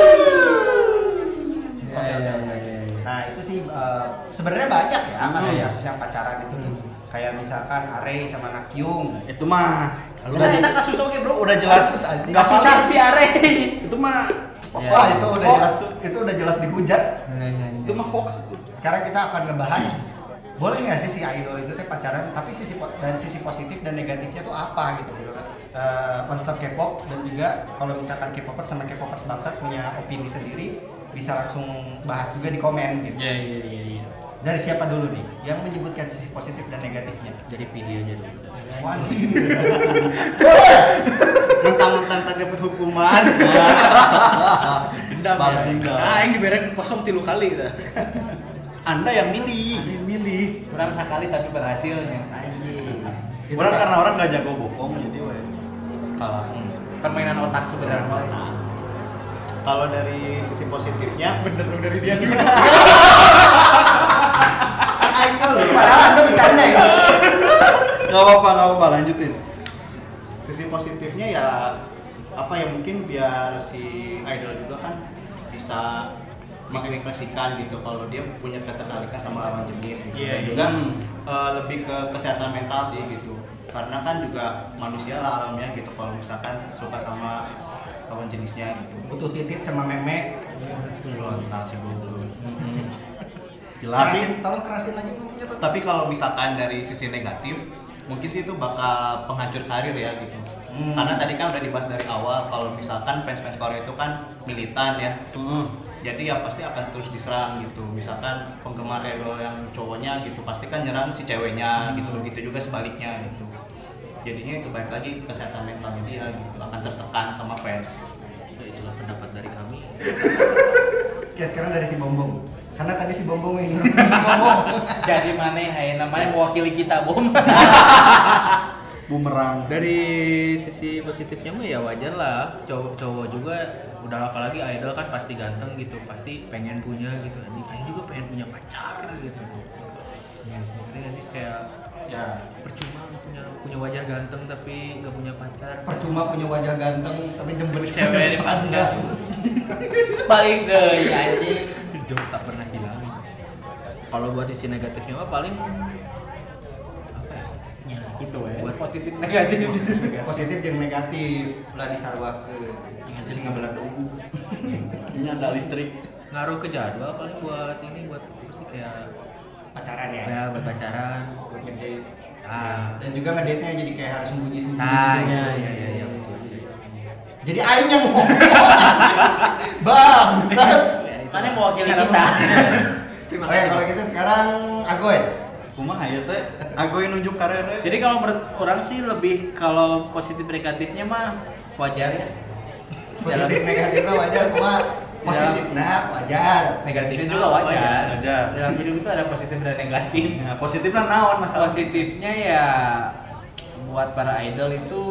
Speaker 1: Oke,
Speaker 6: ya,
Speaker 1: oke, oke. nah itu sih eh, sebenarnya banyak ya kasus-kasus yang pacaran itu tuh kayak misalkan Are sama Nakyung
Speaker 2: Itu mah.
Speaker 6: Udah kita kasus oke, Bro.
Speaker 2: Udah jelas.
Speaker 1: Kasus aja.
Speaker 2: Nggak
Speaker 6: Kasus
Speaker 2: susah.
Speaker 6: saksi are.
Speaker 2: Itu mah
Speaker 6: Ya.
Speaker 1: Wah itu udah
Speaker 2: Hoax.
Speaker 1: jelas itu udah jelas dihujat.
Speaker 6: Nah,
Speaker 2: Itu mah hoax itu.
Speaker 1: Sekarang kita akan ngebahas boleh nggak sih si idol itu teh pacaran tapi sisi po- dan sisi positif dan negatifnya tuh apa gitu menurut eh One Stop K-pop dan juga kalau misalkan K-popers sama K-popers bangsat punya opini sendiri bisa langsung bahas juga di komen gitu.
Speaker 8: Iya iya iya. iya.
Speaker 1: Dari siapa dulu nih yang menyebutkan sisi positif dan negatifnya?
Speaker 8: Dari video aja dulu. [laughs]
Speaker 9: mentang-mentang tak dapat hukuman
Speaker 6: Dendam
Speaker 2: Balas
Speaker 6: ya.
Speaker 2: dendam.
Speaker 6: Nah, yang diberek kosong tilu kali kita.
Speaker 2: Anda yang milih.
Speaker 9: milih
Speaker 6: Kurang sekali tapi berhasilnya. Anjing.
Speaker 2: Orang karena orang gak jago bohong jadi wae kalah.
Speaker 6: Permainan otak sebenarnya.
Speaker 9: kalau dari sisi positifnya
Speaker 6: Bener dong dari dia.
Speaker 1: Padahal anda bercanda ya.
Speaker 2: Gak apa-apa, gak apa-apa lanjutin.
Speaker 9: sisi positifnya ya apa ya mungkin biar si idol juga kan bisa mengekspresikan gitu kalau dia punya ketertarikan sama lawan jenis gitu
Speaker 2: Iya,
Speaker 9: Dan
Speaker 2: iya.
Speaker 9: juga
Speaker 2: Hmm.
Speaker 9: eh, lebih ke kesehatan mental sih gitu karena kan juga manusia lah alamnya gitu kalau misalkan suka sama lawan jenisnya gitu
Speaker 1: Butuh titit sama memek.
Speaker 9: Betul, kenal sih gitu.
Speaker 2: Hmm.
Speaker 9: Jelas sih.
Speaker 1: Kerasin, tolong kerasin lagi ngomongnya Pak.
Speaker 9: Tapi kalau misalkan dari sisi negatif, mungkin sih itu bakal penghancur karir ya gitu. Karena tadi kan udah dibahas dari awal kalau misalkan fans-fans Korea itu kan militan ya. Jadi ya pasti akan terus diserang gitu. Misalkan penggemar idol yang cowoknya gitu pasti kan nyerang si ceweknya gitu. Begitu juga sebaliknya gitu. Jadinya itu balik lagi ke kesehatan mentalnya dia gitu akan tertekan sama fans.
Speaker 8: Ya, Itulah pendapat dari kami.
Speaker 1: Oke, sekarang dari si Bombong. Karena tadi si Bombong yang nyuruh ngomong.
Speaker 6: [laughs] Jadi mana hai namanya mewakili kita bom. [laughs]
Speaker 2: Bumerang.
Speaker 8: Dari sisi positifnya mah ya wajar lah. Cowok cowok juga udah apalagi idol kan pasti ganteng gitu, pasti pengen punya gitu. Anjing, aing juga pengen punya pacar gitu. Ya, sebenarnya ini kayak
Speaker 1: Ya,
Speaker 8: percuma nggak punya punya wajah ganteng tapi nggak punya pacar.
Speaker 1: percuma punya wajah ganteng tapi jembut
Speaker 8: Cewek
Speaker 1: [laughs]
Speaker 8: dipandang.
Speaker 6: Paling deh anjing.
Speaker 8: Jokes tak pernah hilang. Kalau buat sisi negatifnya mah paling apa ya?
Speaker 6: Ya gitu ya.
Speaker 8: Buat-
Speaker 6: positif negatif.
Speaker 1: Positif jeung negatif lah disarwakeun. Sing ngebelah dulu.
Speaker 9: Ini ada listrik.
Speaker 8: [laughs] ngaruh ke jadwal paling buat ini buat apa sih kayak
Speaker 1: Pacaran ya.
Speaker 8: kayak buat pacaran.
Speaker 1: Buat ngedate.
Speaker 8: Ah,
Speaker 1: Dan juga ngedate-nya jadi kayak harus sembunyi-sembunyi.
Speaker 8: Nah,
Speaker 1: gitu.
Speaker 8: iya iya iya iya betul. iya, iya.
Speaker 1: Jadi aing yang ngomong. [laughs] Bangsat.
Speaker 6: Mana mewakili kita. [laughs]
Speaker 8: Terima
Speaker 2: Oh ya,
Speaker 1: Oke, kalau gitu sekarang Agoy.
Speaker 2: Kumaha ya teh? Agoy nunjuk karirnya.
Speaker 6: Jadi kalau menurut orang sih lebih kalau positif negatifnya mah wajar ya.
Speaker 1: Positif negatifnya wajar, cuma positif nah wajar.
Speaker 8: Negatifnya
Speaker 6: Negatifnya juga
Speaker 2: Ah,
Speaker 6: wajar.
Speaker 2: wajar. Wajar.
Speaker 6: Dalam hidup itu ada positif dan
Speaker 2: [laughs]
Speaker 6: negatif.
Speaker 2: Nah, positifnya naon masalah sih?
Speaker 6: Positifnya ya buat para idol itu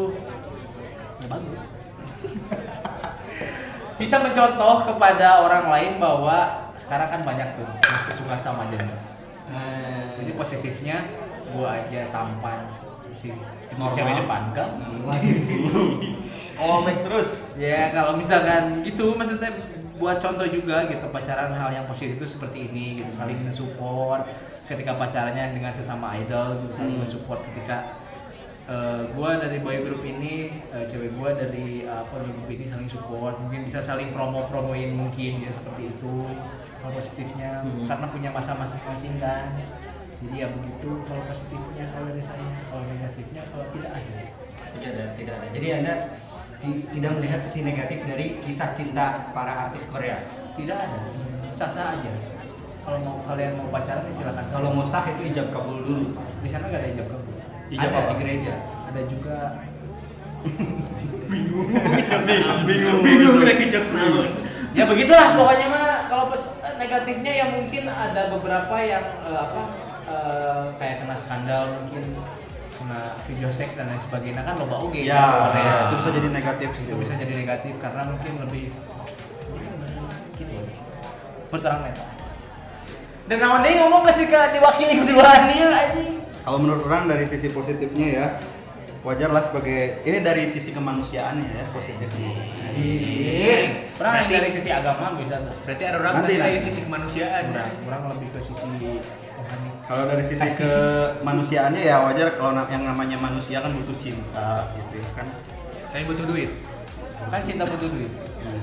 Speaker 6: ya bagus. [laughs] Bisa mencontoh kepada orang lain bahwa sekarang kan banyak tuh masih suka sama jenis.
Speaker 2: Hmm.
Speaker 6: Jadi positifnya gua aja tampan sih
Speaker 2: Normal.
Speaker 6: cewek depan kan.
Speaker 2: Oh, baik terus.
Speaker 6: Ya kalau misalkan gitu maksudnya buat contoh juga gitu pacaran hal yang positif itu seperti ini gitu saling mensupport ketika pacarannya dengan sesama idol gitu, saling mensupport ketika eh, gua dari boy group ini eh, cewek gua dari eh, apa group ini saling support mungkin bisa saling promo-promoin mungkin ya seperti itu kalau positifnya karena punya masa masing-masing kan jadi ya begitu kalau positifnya kalau dari saya kalau negatifnya kalau tidak ada
Speaker 1: Tidak ada, tidak ada. Jadi Anda ti- tidak melihat sisi negatif dari kisah cinta para artis Korea.
Speaker 6: tidak ada sah-sah aja kalau mau kalian mau pacaran ya silakan
Speaker 1: Kalau mau sah itu ijab kabul dulu.
Speaker 6: di sana nggak ada ijab kabul
Speaker 2: Ijab
Speaker 1: ada
Speaker 2: apa?
Speaker 1: di gereja.
Speaker 6: ada juga
Speaker 2: Bingung, bingung.
Speaker 6: ya begitulah pokoknya mah kalau pes- negatifnya ya mungkin ada beberapa yang eh, apa eh, kayak kena skandal mungkin kena video seks dan lain sebagainya kan loba oge
Speaker 2: Ya,
Speaker 6: gitu, Korea.
Speaker 2: itu bisa jadi negatif sih.
Speaker 6: itu bisa jadi negatif karena mungkin lebih gitu berterang meta dan naon deui ngomong ke si ke diwakili duluan ieu anjing
Speaker 2: Kalau menurut orang dari sisi positifnya ya wajar lah sebagai ini dari sisi kemanusiaannya ya positifnya.
Speaker 6: Orang yang dari sisi agama bisa tuh.
Speaker 8: Berarti ada orang
Speaker 2: Iya. Nanti
Speaker 8: dari
Speaker 2: lah.
Speaker 8: dari sisi kemanusiaan ya.
Speaker 6: Kurang, kurang lebih ke sisi rohani.
Speaker 2: Kalau dari sisi
Speaker 1: Nah,
Speaker 2: kemanusiaannya ya wajar kalau na- yang namanya manusia kan butuh cinta gitu ya kan.
Speaker 8: Kalian butuh duit.
Speaker 6: Kan cinta butuh duit.
Speaker 2: Hmm.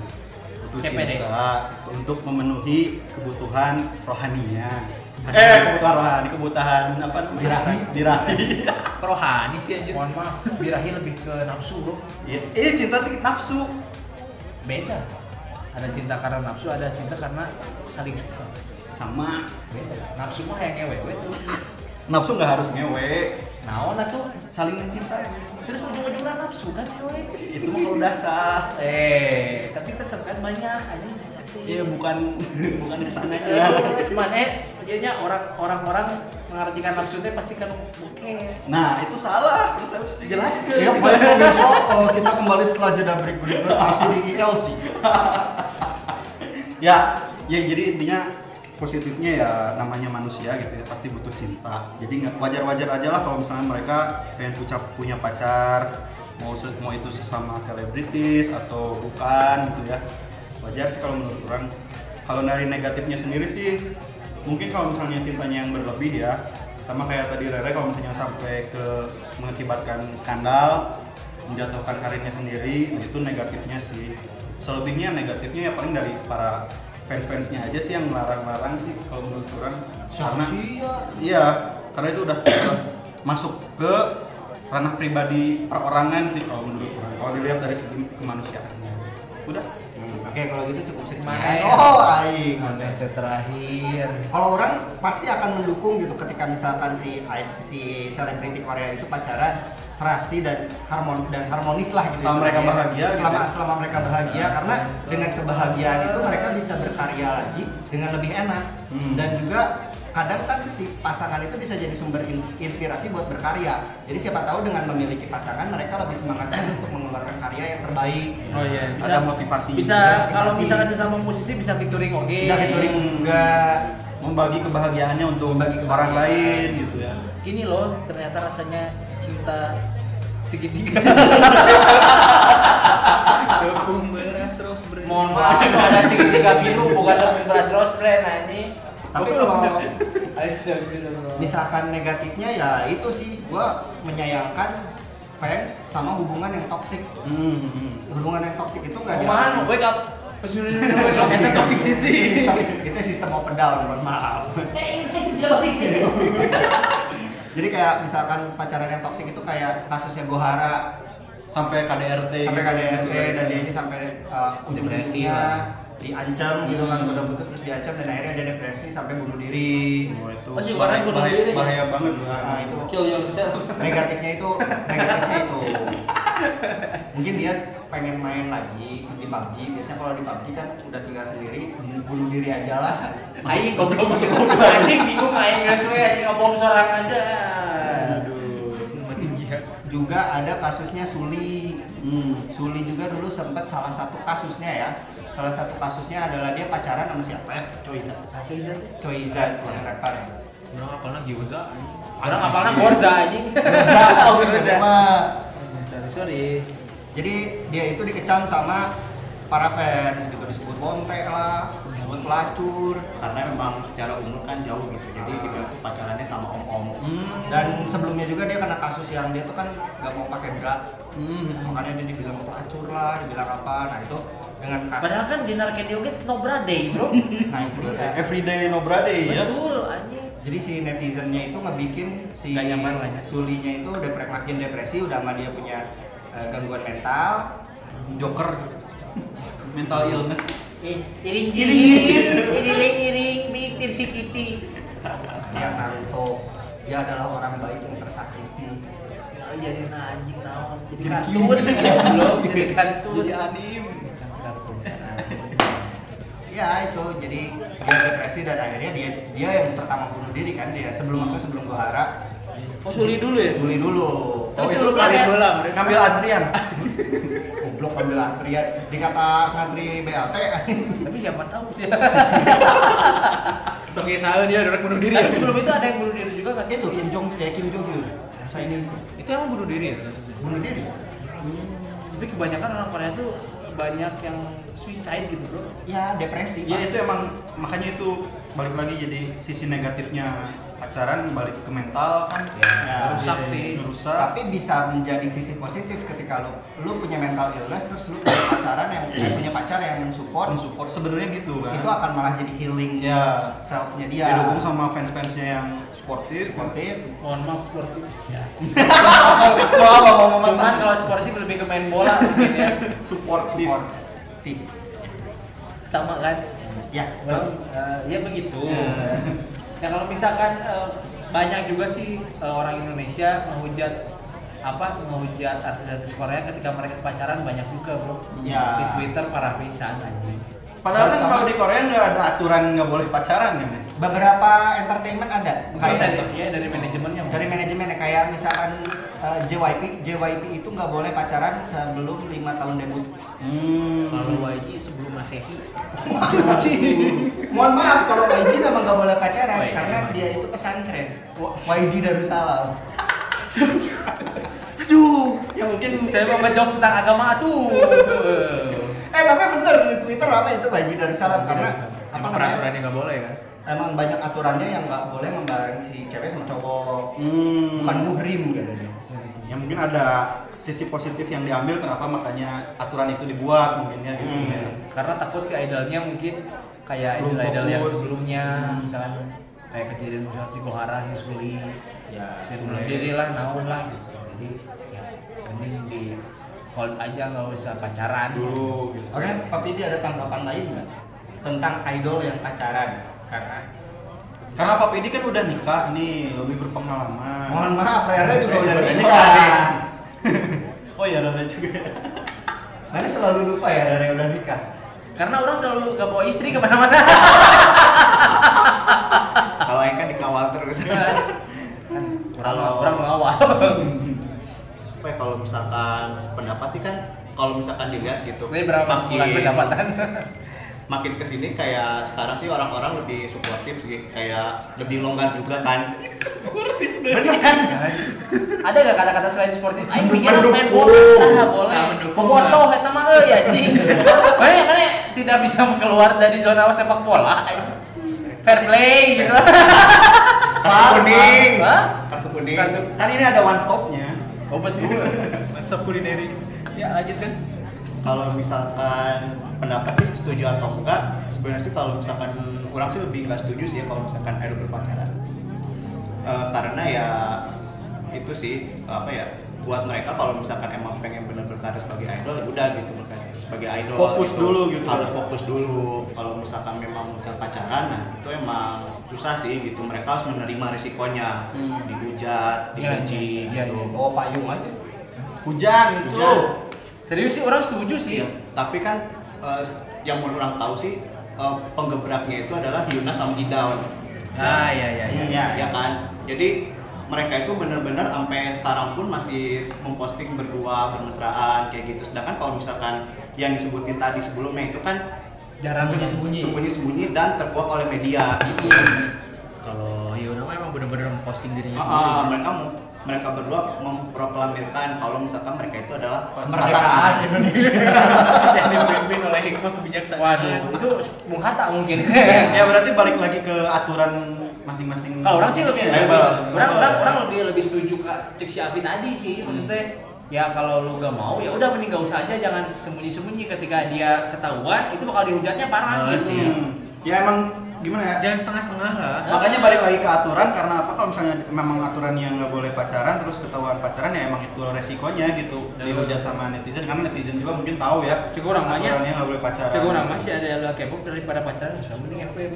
Speaker 2: Butuh jatuh
Speaker 6: CPD.
Speaker 2: cinta untuk memenuhi kebutuhan rohaninya. Eh, kebutuhan rohani, kebutuhan apa namanya? Dirahi. [laughs]
Speaker 8: Rohani sih anjir.
Speaker 6: Mohon maaf, birahi lebih ke nafsu bro.
Speaker 2: Iya, eh cinta tuh nafsu.
Speaker 6: Beda. Ada cinta karena nafsu, ada cinta karena saling suka.
Speaker 2: Sama
Speaker 6: Beda. Nafsu mah yang ngewewe tuh.
Speaker 2: nafsu nggak harus ngewe,
Speaker 6: Naon atuh?
Speaker 2: saling mencintai.
Speaker 6: Terus ujung-ujungnya nafsu kan ngewe.
Speaker 2: Itu mah kalau dasar.
Speaker 6: Eh, tapi tetap kan banyak aja.
Speaker 2: Iya, bukan [laughs] bukan kesana ya.
Speaker 6: Eh, Mana jadinya orang orang orang mengartikan nafsu teh pasti kan oke.
Speaker 2: Nah, itu salah persepsi.
Speaker 6: Jelaskeun.
Speaker 1: Ya, baik pemirsa, eh, kita kembali setelah jeda break berikut masih di E ILC.
Speaker 2: [laughs] ya ya jadi intinya positifnya ya namanya manusia gitu ya pasti butuh cinta jadi nggak wajar-wajar aja lah kalau misalnya mereka pengen punya punya pacar mau se- mau itu sesama selebritis atau bukan gitu ya wajar sih kalau menurut orang kalau dari negatifnya sendiri sih mungkin kalau misalnya cintanya yang berlebih ya sama kayak tadi Rere kalau misalnya sampai ke mengakibatkan skandal menjatuhkan karirnya sendiri nah itu negatifnya sih selebihnya negatifnya ya paling dari para fans-fansnya aja sih yang melarang-larang sih kalau menurut orang karena
Speaker 1: Sia-sia.
Speaker 2: iya karena itu udah udah masuk ke ranah pribadi perorangan sih kalau menurut orang kalau dilihat dari segi kemanusiaannya udah
Speaker 1: Oke, kalau gitu cukup sekian.
Speaker 6: Main.
Speaker 1: Oh, aing.
Speaker 6: Mana teh terakhir?
Speaker 1: Kalau orang pasti akan mendukung gitu ketika misalkan si i- si selebriti Korea itu pacaran serasi dan harmon dan harmonis lah gitu.
Speaker 2: Selama mereka
Speaker 1: istilahnya.
Speaker 2: bahagia gitu
Speaker 1: Selama
Speaker 2: ya.
Speaker 1: selama mereka bahagia karena dengan kebahagiaan itu mereka bisa berkarya lagi dengan lebih enak
Speaker 2: Hmm.
Speaker 1: dan juga kadang kan si pasangan itu bisa jadi sumber in- inspirasi buat berkarya. Jadi siapa tahu dengan memiliki pasangan mereka lebih semangat untuk mengeluarkan karya yang terbaik.
Speaker 6: Oh iya, bisa
Speaker 2: ada motivasi
Speaker 6: bisa
Speaker 1: Motivasi.
Speaker 6: kalau misalkan sesama musisi bisa featuring oke.
Speaker 1: Bisa featuring juga
Speaker 2: membagi kebahagiaannya untuk
Speaker 1: Membagi kebahagiaan.
Speaker 2: orang lain gitu ya
Speaker 6: Gini loh, ternyata rasanya cinta segitiga.
Speaker 1: [laughs]
Speaker 8: Dukung beras terus beras.
Speaker 6: Mohon maaf, itu ada segitiga biru bukan tepung beras rose brand anjing.
Speaker 1: tapi
Speaker 6: [laughs]
Speaker 1: kalau
Speaker 6: Astagfirullah.
Speaker 1: misalkan negatifnya ya itu sih gua menyayangkan fans sama hubungan yang toksik
Speaker 2: Hmm, hmm.
Speaker 1: hubungan yang toksik itu nggak
Speaker 6: Kumaha wake
Speaker 1: [laughs]
Speaker 6: up. Itu toxic city.
Speaker 1: Sistem- itu sistem up and down mohon maaf jadi kayak misalkan pacaran yang toksik itu kayak kasusnya Gohara
Speaker 2: sampai KDRT
Speaker 4: Iya,
Speaker 1: sampai
Speaker 2: gitu,
Speaker 1: KDRT
Speaker 2: gitu ya.
Speaker 1: dan dia ini sampai uh,
Speaker 8: Depresi
Speaker 1: ujung-ujungnya
Speaker 8: lah.
Speaker 1: diancam gitu kan udah putus terus diancam dan akhirnya dia depresi sampai bunuh diri
Speaker 2: Wah, itu
Speaker 6: Oh, sih,
Speaker 2: bahaya,
Speaker 6: orang bunuh
Speaker 2: bahaya,
Speaker 6: diri ya?
Speaker 2: bahaya banget ya.
Speaker 1: nah itu
Speaker 6: Kill yourself.
Speaker 1: negatifnya itu negatifnya itu mungkin dia pengen main lagi di PUBG biasanya kalau di PUBG kan udah tinggal sendiri bunuh diri aja lah
Speaker 6: Aing goblok masuk goblok anjing bingung aing geus we anjing ngebom sorang aja.
Speaker 1: juga ada kasusnya Suli Suli juga dulu sempat salah satu kasusnya ya salah satu kasusnya adalah dia pacaran sama siapa ya Coiza Coiza
Speaker 9: Iya.
Speaker 1: yang rapper
Speaker 9: [laughs]
Speaker 8: Orang apalnya gyoza anjing.
Speaker 6: Orang apalna Gorza anjing. [laughs]
Speaker 9: oh,
Speaker 6: Gorza.
Speaker 1: Sama
Speaker 6: Sorry sorry.
Speaker 1: Jadi dia itu dikecam sama para fans gitu disebut lonte lah, disebut pelacur Ah.
Speaker 9: karena memang secara umur kan jauh gitu jadi dibilang tuh pacarannya sama om-om
Speaker 1: dan sebelumnya juga dia kena kasus yang dia tuh kan nggak mau pakai bra
Speaker 2: Hmm.
Speaker 1: makanya dia dibilang pelacur lah, dibilang apa nah itu dengan kasus
Speaker 6: Padahal kan di Narcan Dioget no braday, [laughs] Bro.
Speaker 1: nah itu dia
Speaker 2: Everyday no brade ya.
Speaker 6: Betul anjing.
Speaker 1: jadi si netizennya itu ngebikin si
Speaker 6: Nggak nyaman lah ya.
Speaker 1: sulinya itu depre- makin depresi udah sama dia punya eh, gangguan mental
Speaker 2: Joker mental illness.
Speaker 6: Iring iring, [laughs] iring iring, mikir si Kitty.
Speaker 1: dia Naruto dia adalah orang baik yang tersakiti
Speaker 6: Jadi nah, anjing naon, [laughs] jadi
Speaker 1: Jadi
Speaker 6: kartun,
Speaker 1: cute.
Speaker 6: belum jadi kartun.
Speaker 2: Jadi anim.
Speaker 1: Ya itu jadi dia depresi dan akhirnya dia dia yang pertama bunuh diri kan dia sebelum maksudnya sebelum Gohara
Speaker 6: Oh, Suli dulu ya?
Speaker 1: Suli dulu
Speaker 2: Oh,
Speaker 6: Terus lu karet.
Speaker 2: Ngambil Adrian.
Speaker 1: goblok ambil antrian dikata ngantri BLT
Speaker 6: Tapi siapa tahu [laughs] sih.
Speaker 8: Sok ngesaheun dia orang bunuh diri ya.
Speaker 6: Tapi sebelum itu ada yang bunuh diri juga kasih
Speaker 1: [laughs] itu Kim Jong ya Kim Jong Un masa ini
Speaker 8: Itu emang bunuh diri ya kasusnya.
Speaker 1: bunuh diri
Speaker 6: Tapi kebanyakan orang Korea tuh banyak yang suicide gitu, Bro.
Speaker 1: ya depresi
Speaker 2: Ya
Speaker 6: Iya,
Speaker 1: Pak.
Speaker 2: itu emang makanya itu balik lagi jadi sisi negatifnya pacaran balik ke mental kan
Speaker 1: Ya,
Speaker 8: rusak sih.
Speaker 2: rusak
Speaker 1: tapi bisa menjadi sisi positif ketika lu lu punya mental illness terus lu punya pacaran yang punya pacar yang mensupport
Speaker 2: support sebenarnya gitu kan
Speaker 1: itu akan malah jadi healing
Speaker 8: Iya.
Speaker 2: ya
Speaker 1: selfnya dia
Speaker 2: didukung sama fans-fansnya yang sportif
Speaker 1: sportif
Speaker 6: Mohon maaf sportif. Ya.
Speaker 2: Wah, apa mau ngomong
Speaker 6: Cuman kalau sportif lebih ke main bola mungkin ya.
Speaker 2: supportif
Speaker 1: sportif
Speaker 6: Sama kan?
Speaker 1: ya
Speaker 6: Well, eh, ya begitu. Nah kalau misalkan eh, banyak juga sih eh, orang Indonesia menghujat apa menghujat artis-artis Korea ketika mereka pacaran banyak juga bro
Speaker 1: Ya.
Speaker 6: di Twitter parah pisan anjing.
Speaker 2: padahal kan kalau di Korea nggak ada aturan nggak boleh pacaran kan ya
Speaker 1: beberapa entertainment ada
Speaker 6: Mungkin
Speaker 1: kayak
Speaker 6: dari ya dari manajemennya mungkin.
Speaker 1: dari manajemen ya, kayak misalkan eh, JYP JYP itu nggak boleh pacaran sebelum lima tahun debut
Speaker 9: Hmm.
Speaker 8: Kalau YG sebelum Masehi.
Speaker 1: mohon maaf kalau YG memang nggak boleh pacaran
Speaker 8: Oh, iya,
Speaker 1: karena
Speaker 8: emang.
Speaker 1: dia itu pesantren YG Darussalam
Speaker 6: Aduh, ya mungkin saya mau ngejok tentang agama tuh.
Speaker 1: [laughs] eh tapi bener di Twitter apa itu YG Darussalam karena apa
Speaker 8: Emang
Speaker 1: namanya,
Speaker 8: peraturannya nggak boleh kan?
Speaker 1: emang banyak aturannya yang nggak boleh membarengi si cewek sama cowok
Speaker 2: hmm.
Speaker 1: bukan muhrim katanya
Speaker 2: ya mungkin ada sisi positif yang diambil kenapa makanya aturan itu dibuat mungkin ya gitu
Speaker 1: Hmm.
Speaker 2: ya.
Speaker 6: Karena takut si idolnya mungkin kayak
Speaker 2: Belum
Speaker 6: idol-idol yang
Speaker 2: fokus.
Speaker 6: sebelumnya, misalkan kayak kejadian misalkan si Gohara, si Suli,
Speaker 1: Ya,
Speaker 6: si bunuh diri lah, naon lah gitu. Jadi ya mending di hold aja nggak usah pacaran.
Speaker 2: dulu gitu.
Speaker 1: Oke, Pak Pidi ada tanggapan lain nggak tentang idol yang pacaran? Karena
Speaker 2: karena Pak Pedi kan udah nikah nih lebih berpengalaman kan?
Speaker 1: mohon maaf, Rere juga udah nikah.
Speaker 2: oh ya Rara juga
Speaker 1: Mana selalu lupa ya Rere udah nikah.
Speaker 6: Karena orang selalu nggak bawa istri kemana-mana.
Speaker 9: Kalau yang kan dikawal terus.
Speaker 6: Iya. Kan, Orang
Speaker 9: Kalau-
Speaker 6: orang mengawal.
Speaker 9: Apa ya, kalau misalkan pendapat sih kan kalau misalkan dilihat gitu.
Speaker 6: Ini berapa bulan pendapatan?
Speaker 9: Makin kesini kayak sekarang sih orang-orang lebih suportif sih, kayak lebih longgar juga kan.
Speaker 6: Bener kan? Ada gak kata-kata selain sportif? Ayo
Speaker 2: Mendukung.
Speaker 6: bikin main bola, tah boleh.
Speaker 4: Nah, mendukung.
Speaker 6: Bobotoh, eta mah euy anjing. Banyak kan ya, tidak bisa keluar dari zona sepak bola. Fair play gitu.
Speaker 9: Kartu kuning.
Speaker 6: Hah?
Speaker 9: Kartu kuning.
Speaker 6: Kartu
Speaker 2: kan ini ada one stopnya
Speaker 6: obat dulu. Masuk kulineri. Ya lanjut kan.
Speaker 9: Kalau misalkan pendapat sih setuju atau enggak, sebenarnya sih kalau misalkan orang sih lebih nggak setuju sih ya kalau misalkan idol berpacaran. Eh, karena ya itu sih apa ya buat mereka kalau misalkan emang pengen bener berkarir sebagai idol ya udah gitu berkarir sebagai idol
Speaker 2: Fokus
Speaker 9: gitu.
Speaker 2: dulu gitu.
Speaker 9: harus fokus dulu kalau misalkan memang bukan pacaran nah itu emang susah sih gitu mereka harus menerima risikonya
Speaker 2: Hmm.
Speaker 9: dihujat
Speaker 6: Iya,
Speaker 9: dibenci
Speaker 6: iya,
Speaker 9: gitu
Speaker 6: iya.
Speaker 1: Oh payung aja.
Speaker 2: hujan itu
Speaker 9: Hujan.
Speaker 6: Serius sih orang setuju sih.
Speaker 9: Iya, tapi kan eh, yang mau orang tahu sih eh, penggebraknya itu adalah Hyuna sama Idaun.
Speaker 6: Ah iya iya iya.
Speaker 1: Iya,
Speaker 9: ya kan. Jadi mereka itu benar-benar sampai sekarang pun masih memposting berdua bermesraan kayak gitu. Sedangkan kalau misalkan yang disebutin tadi sebelumnya itu kan
Speaker 6: Jarang Iya,
Speaker 1: Sembunyi-
Speaker 6: yang-
Speaker 1: sembunyi.
Speaker 9: sembunyi-sembunyi dan terkuak oleh media.
Speaker 8: Kalau Yuna mah emang bener-bener memposting
Speaker 6: iya,
Speaker 8: dirinya
Speaker 9: Ah, ah, mereka mereka berdua memproklamirkan kalau misalkan mereka itu adalah
Speaker 1: Kemerdekaan Indonesia.
Speaker 8: [laughs]
Speaker 6: yang dipimpin oleh hikmah kebijaksanaan. Waduh, itu Bung Hatta mungkin. [laughs]
Speaker 2: ya berarti balik lagi ke aturan masing-masing Iya, Hmm.
Speaker 6: Kalau orang sih lebih,
Speaker 2: Label.
Speaker 6: lebih orang orang orang lebih lebih setuju ke cek si Afi tadi sih maksudnya ya kalau lu gak mau ya udah mending gak usah aja jangan sembunyi sembunyi ketika dia ketahuan itu bakal dihujatnya parah
Speaker 8: Males
Speaker 6: gitu.
Speaker 8: ya.
Speaker 2: Hmm. ya emang gimana ya
Speaker 8: Jangan setengah-setengah lah.
Speaker 2: makanya balik lagi ke aturan karena apa kalau misalnya memang aturan yang nggak boleh pacaran terus ketahuan pacaran ya emang itu resikonya gitu
Speaker 6: Ya,
Speaker 2: dihujat sama netizen karena netizen juga mungkin tahu ya
Speaker 6: Cukup orang banyak.
Speaker 2: aturannya nggak boleh pacaran
Speaker 6: Cek orang masih ada lu K-pop daripada pacaran sudah mending FWB.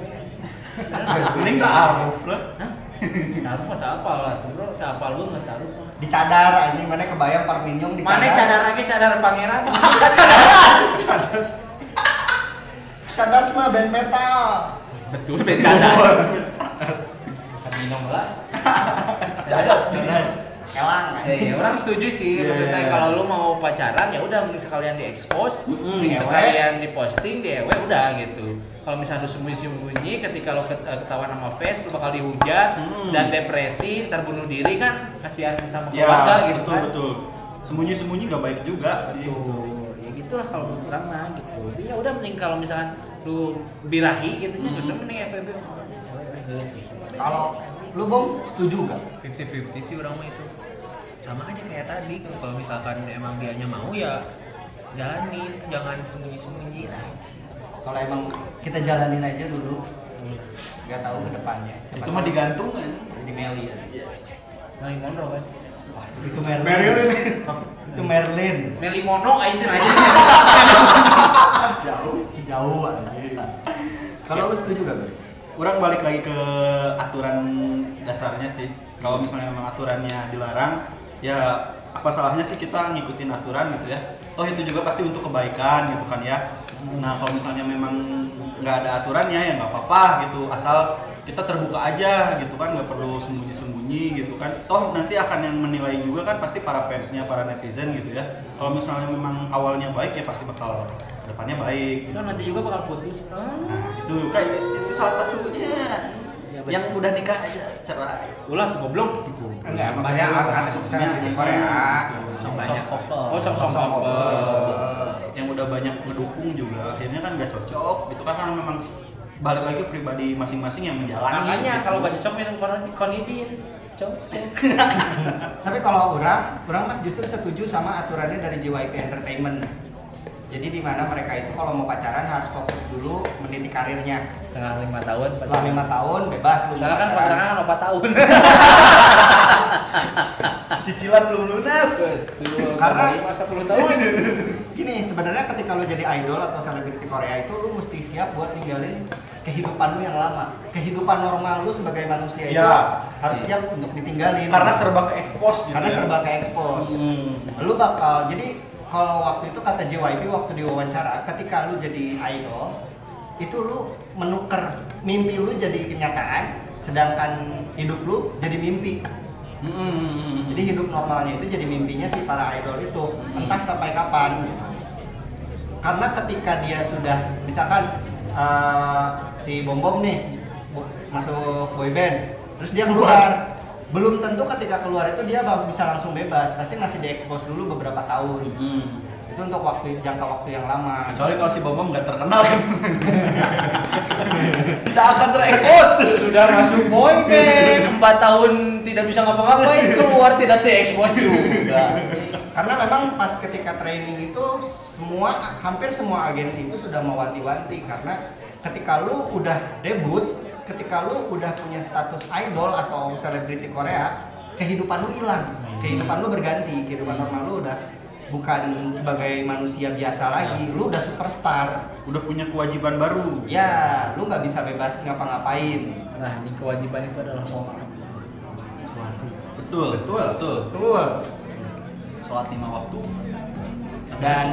Speaker 2: mending tak aruf lah
Speaker 6: Hah? Taruh mah tak apa lah tuh bro, tak apa lu nggak taruh.
Speaker 1: Dicadar anjing mana kebayang Parminyong dicadar.
Speaker 6: Mana cadar lagi cadar pangeran?
Speaker 1: Cadas mah band metal.
Speaker 6: Betul, becadas. Kami nomor lah.
Speaker 1: Cadas, cadas. Elang.
Speaker 6: Ya, ya, orang setuju sih
Speaker 2: Iya,
Speaker 6: maksudnya
Speaker 2: iya, iya.
Speaker 6: kalau lu mau pacaran ya udah mending sekalian diekspos,
Speaker 1: ewe.
Speaker 6: mending sekalian diposting, di ewe udah gitu. Kalau misalnya lu sembunyi-sembunyi ketika lu ket- eh, ketahuan sama fans lu bakal dihujat
Speaker 2: Mm.
Speaker 6: dan depresi, terbunuh diri kan kasihan sama
Speaker 2: ya
Speaker 6: keluarga gitu
Speaker 2: betul
Speaker 6: kan.
Speaker 2: betul sembunyi sembunyi nggak baik juga sih
Speaker 6: Tuh, ya gitulah kalau menurut orang mah gitu. Jadi ya udah mending kalau Ya misalkan lu birahi gitu ya justru mending FWB. Ewe, ewe, geus gitu.
Speaker 1: Kalau Lu bom setuju gak?
Speaker 8: 50-50 sih orang mah itu sama aja kayak tadi kan kalau misalkan emang dianya mau ya jalanin jangan sembunyi-sembunyi lah
Speaker 1: Kalau emang kita jalanin aja dulu, nggak tahu ke depannya. Siapa
Speaker 2: Itu mah
Speaker 1: tahu
Speaker 2: digantung kan. Iya.
Speaker 1: jadi Meli ya.
Speaker 6: Meli Monroe kan?
Speaker 1: Waduh, itu Merlin. itu Merlin.
Speaker 6: Meli Mono anjir aja.
Speaker 1: [laughs]
Speaker 2: [laughs]
Speaker 1: Jauh, jauh anjir. Kalau lu setuju gak? Bro?
Speaker 2: Kurang balik lagi ke aturan dasarnya sih. Kalau misalnya memang aturannya dilarang, ya apa salahnya sih kita ngikutin aturan gitu ya? Toh itu juga pasti untuk kebaikan gitu kan ya. Nah kalau misalnya memang nggak ada aturannya ya nggak apa-apa gitu, asal kita terbuka aja gitu kan nggak perlu sembunyi-sembunyi gitu kan toh nanti akan yang menilai juga kan pasti para fansnya para netizen gitu ya kalau misalnya memang awalnya baik ya pasti bakal kedepannya baik
Speaker 6: Itu nanti juga bakal putus. Ah.
Speaker 2: Nah, itu kan itu salah satunya
Speaker 6: Ya, betul.
Speaker 2: yang udah nikah aja cerai.
Speaker 6: Ulah tuh goblok. gitu.
Speaker 1: Enggak, maksudnya ada sukses di Korea.
Speaker 2: Sok-
Speaker 1: Banyak.
Speaker 2: sok-
Speaker 6: Oh, sok sok
Speaker 1: Sok-sok
Speaker 6: sok.
Speaker 2: Eh, yang udah banyak mendukung juga akhirnya kan nggak cocok itu kan karena memang balik lagi pribadi masing-masing yang menjalani
Speaker 6: Makanya
Speaker 2: gitu.
Speaker 6: kalau gak cocok minum konon- konidin. Cok.
Speaker 1: Tapi kalau orang, orang mas justru setuju sama aturannya dari JYP Entertainment. Jadi di mana mereka itu kalau mau pacaran harus fokus dulu meniti karirnya.
Speaker 6: Setengah lima tahun.
Speaker 1: Setelah lima tahun bebas lu mau
Speaker 6: Soalnya kan pacaran kan 4 tahun.
Speaker 2: cicilan belum lunas
Speaker 6: [laughs]
Speaker 1: Karena-
Speaker 6: masa 10 tahun.
Speaker 1: Gini sebenarnya ketika lu jadi idol atau selebriti Korea itu lu mesti siap buat ninggalin kehidupan lu yang lama. Kehidupan normal lu sebagai manusia itu
Speaker 2: Ya.
Speaker 1: harus siap untuk ditinggalin.
Speaker 2: karena serba ke expose gitu
Speaker 1: karena
Speaker 2: ya.
Speaker 1: serba ke expose.
Speaker 2: Hmm.
Speaker 1: lu bakal jadi kalau waktu itu kata JYP waktu diwawancara ketika lu jadi idol itu lu menuker mimpi lu jadi kenyataan sedangkan hidup lu jadi mimpi
Speaker 2: Hmm.
Speaker 1: jadi hidup normalnya itu jadi mimpinya si para idol itu entah sampai kapan gitu. karena ketika dia sudah misalkan eh, si Bom Bom nih bu- masuk boyband terus dia keluar belum tentu ketika keluar itu dia bak- bisa langsung bebas pasti masih diekspos dulu beberapa tahun
Speaker 2: Hmm.
Speaker 1: itu untuk waktu jangka waktu yang lama
Speaker 2: kecuali kalau si Bambang nggak terkenal kan tidak akan terekspos
Speaker 6: Sudah masuk boyband 4 tahun tidak bisa ngapa-ngapain keluar tidak diekspos juga.
Speaker 1: karena memang pas ketika training itu semua hampir semua agensi itu sudah mewanti-wanti karena ketika lu udah debut ketika lu udah punya status idol atau selebriti Korea kehidupan lu hilang kehidupan lu berganti kehidupan normal lu udah bukan sebagai manusia biasa lagi lu udah superstar
Speaker 2: udah punya kewajiban baru
Speaker 1: ya lu nggak bisa bebas ngapa-ngapain
Speaker 6: Nah, ini kewajiban itu adalah sholat. Nah,
Speaker 2: betul betul betul
Speaker 1: betul
Speaker 2: sholat lima waktu
Speaker 1: dan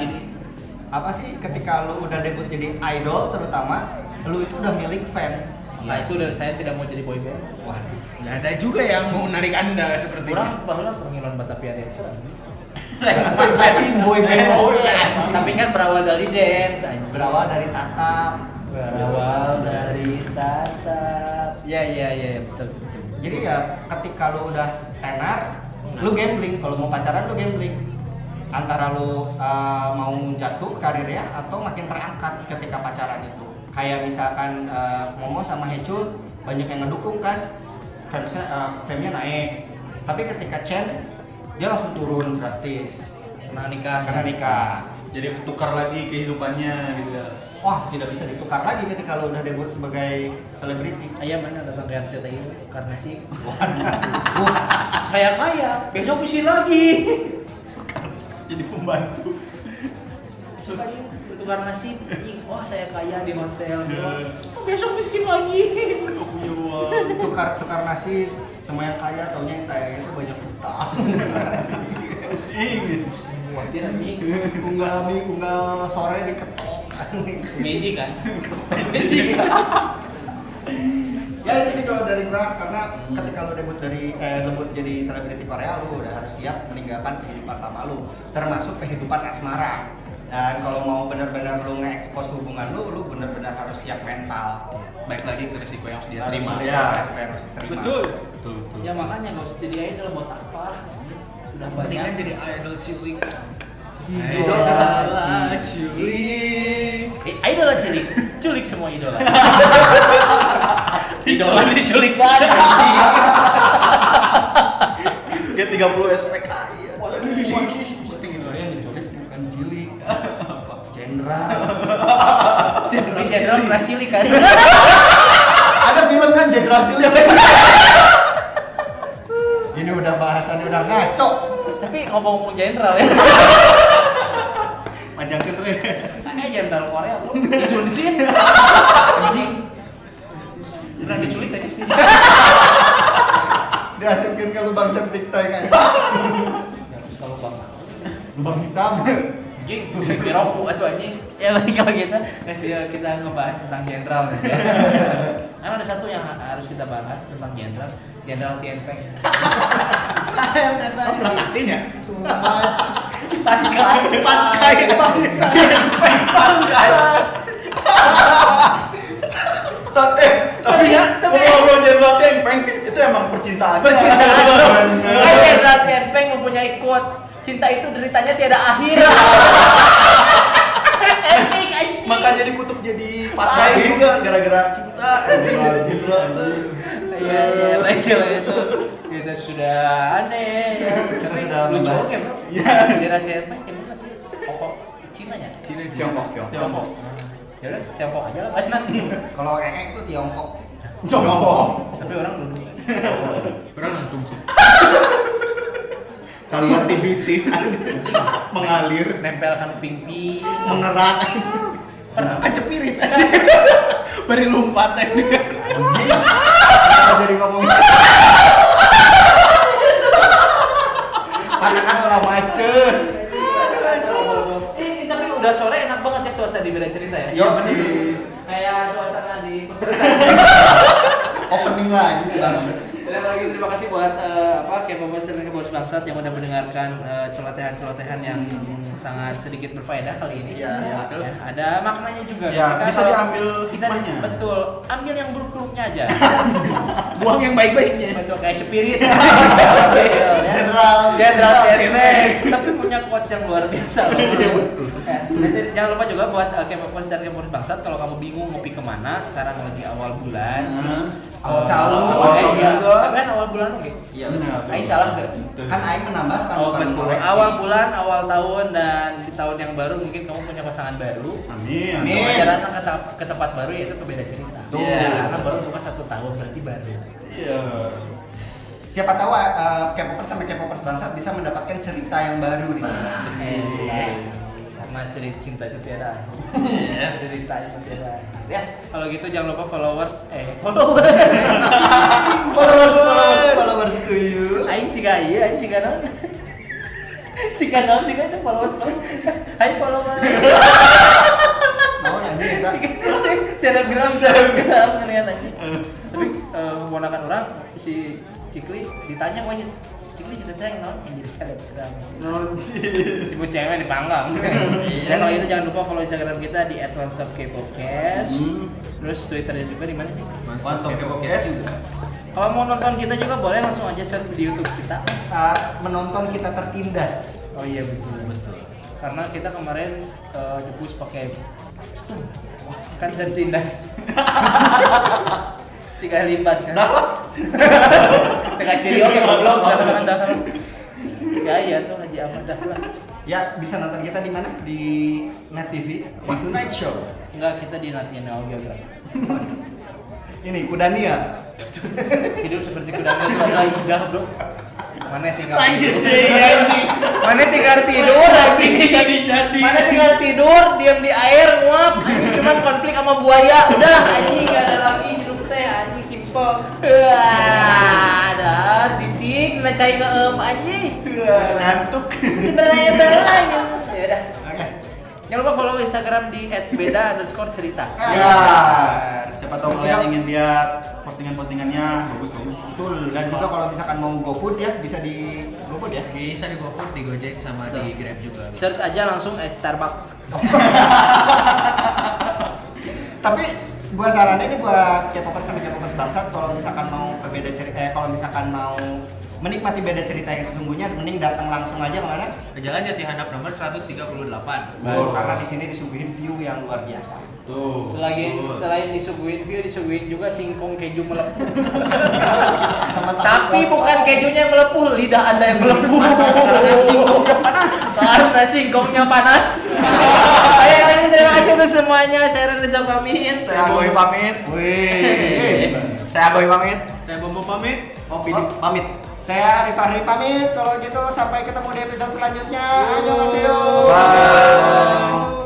Speaker 1: apa sih ketika lu udah debut jadi idol terutama lu itu udah milik fans
Speaker 6: Nah, itu dari saya tidak mau jadi boyband.
Speaker 1: [laughs] Waduh.
Speaker 8: nggak ada juga yang mau menarik anda seperti
Speaker 6: Kurang bahwa pengiluan Batavia dancer.
Speaker 1: Lagi boy band
Speaker 6: Tapi kan berawal dari dance anjing.
Speaker 1: berawal dari tatap.
Speaker 6: Berawal dari tatap. Ya ya ya ya, betul sih, betul.
Speaker 1: Jadi ya ketika lu udah tenar, lu gambling. Kalau mau pacaran lu gambling. Antara lu uh, mau jatuh karirnya atau makin terangkat ketika pacaran itu. Kayak misalkan uh, Momo sama Hecut banyak yang ngedukung kan, fansnya uh, famenya naik. Tapi ketika Chen dia langsung turun drastis
Speaker 6: Karena nikah.
Speaker 1: karena nikah.
Speaker 2: jadi ketukar lagi kehidupannya gitu ya
Speaker 1: Wah tidak bisa ditukar lagi ketika lu udah debut sebagai selebriti.
Speaker 6: Ayah mana datang ke RCTI karena sih. Wah, saya kaya. Besok isi lagi.
Speaker 2: jadi pembantu
Speaker 6: Suka yuk, bertukar nasib. Ih, Wah, saya kaya di hotel. Oh, besok miskin lagi.
Speaker 2: Gak punya uang
Speaker 1: Eh, tukar tukar nasi sama yang kaya taunya yang kaya itu banyak utang
Speaker 2: pusing pusing
Speaker 6: Khawatir anjing.
Speaker 1: unggal mie unggal sore diketok
Speaker 6: Meji kan? Meji kan?
Speaker 1: ya itu sih kalau dari gua karena ketika lu debut dari eh, debut jadi selebriti Korea lu udah harus siap meninggalkan kehidupan lama lu termasuk kehidupan asmara dan kalau mau benar-benar lu nge-expose hubungan lu lu benar-benar harus siap mental
Speaker 9: Baik lagi ke risiko yang harus dia terima.
Speaker 1: Harus-
Speaker 2: ya.
Speaker 1: harus, harus terima
Speaker 2: betul betul
Speaker 6: Ya makanya nggak usah jadi idol buat apa? Udah
Speaker 8: mendingan
Speaker 6: banyak.
Speaker 8: jadi idol cilik
Speaker 9: Iya.
Speaker 1: Idol Iya.
Speaker 6: Idola
Speaker 1: cilik.
Speaker 6: [laughs] Eh, idola cilik, culik semua idola.
Speaker 4: idola diculik
Speaker 6: [laughs]
Speaker 4: lagi
Speaker 2: Ya 30 SPKI. ya.
Speaker 1: Penting itu yang diculik bukan
Speaker 2: [laughs]
Speaker 1: cilik. Jenderal.
Speaker 4: Jenderal Jenderal pernah cilik
Speaker 6: [laughs]
Speaker 4: kan
Speaker 1: Ada film kan Jenderal
Speaker 2: [laughs]
Speaker 1: Cilik. Ini udah bahasannya udah ngaco.
Speaker 4: tapi ngomong jenderal ya
Speaker 6: Panjangkan tuh ya.
Speaker 4: Kayaknya jenderal Korea bro Isun Sin Anjing Pernah diculik aja
Speaker 6: [laughs]
Speaker 4: sih
Speaker 1: Diasupkan ke lubang septic tank kan.
Speaker 4: Ya, Kalau bang
Speaker 1: Lubang hitam.
Speaker 4: Anjing, kayak roku atau anjing. Ya lagi kalau kita kasih kita ngebahas tentang jenderal
Speaker 6: [laughs]
Speaker 4: nih. ya. Karena ada satu yang ha- harus kita bahas tentang jenderal, jenderal Tienpeng. Saya
Speaker 1: Oh,
Speaker 4: kata
Speaker 1: ya?
Speaker 9: aktifnya
Speaker 4: si Pangkai, si Pangkai bangsa. Pangkai.
Speaker 2: Tapi eh, tapi
Speaker 4: Tapi-
Speaker 2: ya,
Speaker 4: tapi-
Speaker 2: tapi ngobrol jenderal Tieng Peng itu emang percintaan.
Speaker 4: Percintaan. Kan jenderal Tienpeng mempunyai quotes cinta itu deritanya tiada akhir. [laughs] Epic anjing.
Speaker 2: Makanya dikutuk jadi patah
Speaker 4: Tai.
Speaker 2: juga gara-gara cinta. Jenderal Jenderal Tieng.
Speaker 4: Iya iya baik lah itu kita sudah aneh ya.
Speaker 1: Kita
Speaker 4: Tapi
Speaker 1: sudah
Speaker 4: lucu
Speaker 1: membahas.
Speaker 4: oke bro. Iya. Daerah Tiongkok gimana sih? Pokok Cina ya. Cina
Speaker 9: Tiongkok Tiongkok
Speaker 4: Tiongkok. Ya udah Tiongkok aja lah bahas [laughs] nanti.
Speaker 1: Kalau ee itu Tiongkok.
Speaker 2: Jongkok.
Speaker 4: Tapi orang duduk.
Speaker 6: Kurang antum sih.
Speaker 9: konektivitis mengalir
Speaker 4: Nempelkan ping-ping.
Speaker 9: mengerak
Speaker 4: Pernah [laughs] kecepirit. Beri lompat aja.
Speaker 1: Anjing. Kenapa jadi
Speaker 2: [laughs]
Speaker 1: ngomong? Panakan lah kan macet.
Speaker 4: Eh tapi udah sore enak banget ya suasana di beda cerita ya.
Speaker 2: Iya,
Speaker 1: Yo, ini
Speaker 4: Kayak suasana di
Speaker 1: opening lagi sih bang.
Speaker 6: Dan lagi terima kasih buat eh, apa kayak pemasaran ke Bos Bangsat yang udah mendengarkan eh, celotehan-celotehan yang sangat sedikit berfaedah kali ini.
Speaker 1: Iya, iya.
Speaker 6: Betul. Ya, ada maknanya juga.
Speaker 2: Ya,
Speaker 6: Kita
Speaker 2: bisa
Speaker 6: kalau-
Speaker 2: diambil
Speaker 6: bisa di-
Speaker 2: hikmahnya.
Speaker 6: Betul. Ambil yang buruk-buruknya aja.
Speaker 4: buang yang baik-baiknya. Betul kayak cepirit.
Speaker 1: Jenderal.
Speaker 4: Jenderal Tienpeng.
Speaker 6: Tapi punya coach yang luar biasa loh. Ya, jadi jangan lupa juga buat uh, kepo dan kepo bangsat kalau kamu bingung ngopi kemana sekarang lagi awal bulan. Terus,
Speaker 1: Awal
Speaker 6: eh,
Speaker 1: tahun.
Speaker 6: awal- eh, iya.
Speaker 2: juga.
Speaker 6: Tapi kan awal bulan oke.
Speaker 1: Iya benar.
Speaker 6: Aing salah nggak?
Speaker 1: Kan Aing menambahkan
Speaker 6: Oh
Speaker 1: bukan
Speaker 6: betul.
Speaker 1: mengoreksi.
Speaker 6: Awal bulan, awal tahun dan di tahun yang baru mungkin kamu punya pasangan baru.
Speaker 2: Amin.
Speaker 1: Amin.
Speaker 6: Semuanya datang ke, ta- ke tempat baru yaitu ke beda cerita.
Speaker 1: Tuh.
Speaker 6: Karena baru buka satu tahun berarti baru.
Speaker 2: Iya.
Speaker 1: Siapa tahu uh, K-popers sama K-popers bangsat bisa mendapatkan cerita yang baru di sini.
Speaker 6: Eh, karena cerita cinta itu tiada akhir.
Speaker 2: Yes.
Speaker 6: cerita itu tiada akhir. Ya, kalau gitu jangan lupa followers eh followers.
Speaker 1: followers, followers, followers to you.
Speaker 6: Aing ciga iya, aing ciga non. [laughs] Ciga non, ciga itu followers paling. Hai followers. [laughs]
Speaker 1: Mau ya, nanya kita.
Speaker 6: Selebgram, selebgram ngeliat aja. Tapi eh, keponakan orang si Cikli ditanya wah Cikli cerita saya yang non yang jadi selebgram. Ibu cewek dipanggang. Dan kalau itu jangan lupa follow Instagram kita di @onesofkpopcast.
Speaker 1: Hmm.
Speaker 6: Terus Twitter juga di mana sih?
Speaker 2: One Stop K-pop Yes.
Speaker 6: Kalau mau nonton kita juga boleh langsung aja search di YouTube kita.
Speaker 1: Uh, menonton kita tertindas.
Speaker 6: Oh iya betul betul. Karena kita kemarin eh, debus pakai stum. Wah, kan tertindas. [laughs] Jika lipat kan. [laughs] Tengah ciri oke belum dah dah dah. Gaya tuh Haji Ahmad dah lah.
Speaker 1: Ya, bisa nonton kita di mana? Di Net TV, Waktu Night Show.
Speaker 6: Enggak kita di National Geographic.
Speaker 1: Ini Kudania.
Speaker 6: Hidup seperti kuda itu adalah indah, Bro. Mana tinggal
Speaker 8: Iya,
Speaker 6: iya,
Speaker 4: Mana tinggal tidur anjing.
Speaker 6: jadi.
Speaker 4: Mana tinggal tidur, diam di air, nguap, anjing cuman konflik sama buaya. Udah anjing gak ada lagi hidup teh anjing simple. Wah, dar cicing na cai ngeum anjing.
Speaker 1: Ngantuk.
Speaker 4: Berlayar-berlayar. Ya udah.
Speaker 1: [laughs] Oke.
Speaker 6: Jangan lupa follow Instagram di @beda_cerita.
Speaker 2: Ya. Siapa tahu kalian ingin lihat postingan-postingannya bagus-bagus.
Speaker 1: Betul. Dan juga kalau misalkan mau GoFood ya, bisa di GoFood ya.
Speaker 8: Bisa di GoFood, di Gojek, sama di Grab juga.
Speaker 6: Search aja langsung eh, Starbucks.
Speaker 1: tapi gua saranin ini buat K-popers sama K-popers bangsat kalau misalkan mau ke beda cerita eh, kalau misalkan mau menikmati beda cerita yang sesungguhnya mending datang langsung aja kemana
Speaker 4: Ke Jalan Jati Handap nomor 138.
Speaker 2: Baik.
Speaker 1: karena di sini disuguhin view yang luar biasa
Speaker 2: Tuh.
Speaker 6: Selain
Speaker 10: Oh.
Speaker 6: selain disuguhin view, disuguhin juga singkong keju [laughs] melepuh.
Speaker 1: sama tahu
Speaker 6: Tapi
Speaker 1: kok.
Speaker 6: bukan kejunya yang melepuh, lidah Anda yang melepuh. [laughs] Karena singkongnya panas. Karena singkongnya [laughs] panas. Baik, baik, terima kasih untuk semuanya. Saya Reza pamit.
Speaker 10: Saya Boy pamit.
Speaker 1: Wih.
Speaker 10: Saya Boy pamit.
Speaker 4: Saya Bobo pamit.
Speaker 1: Kopi di- pamit. Saya Arif Fahri pamit. Kalau gitu sampai ketemu di episode selanjutnya. Ayo Mas
Speaker 2: Bye.
Speaker 5: 아,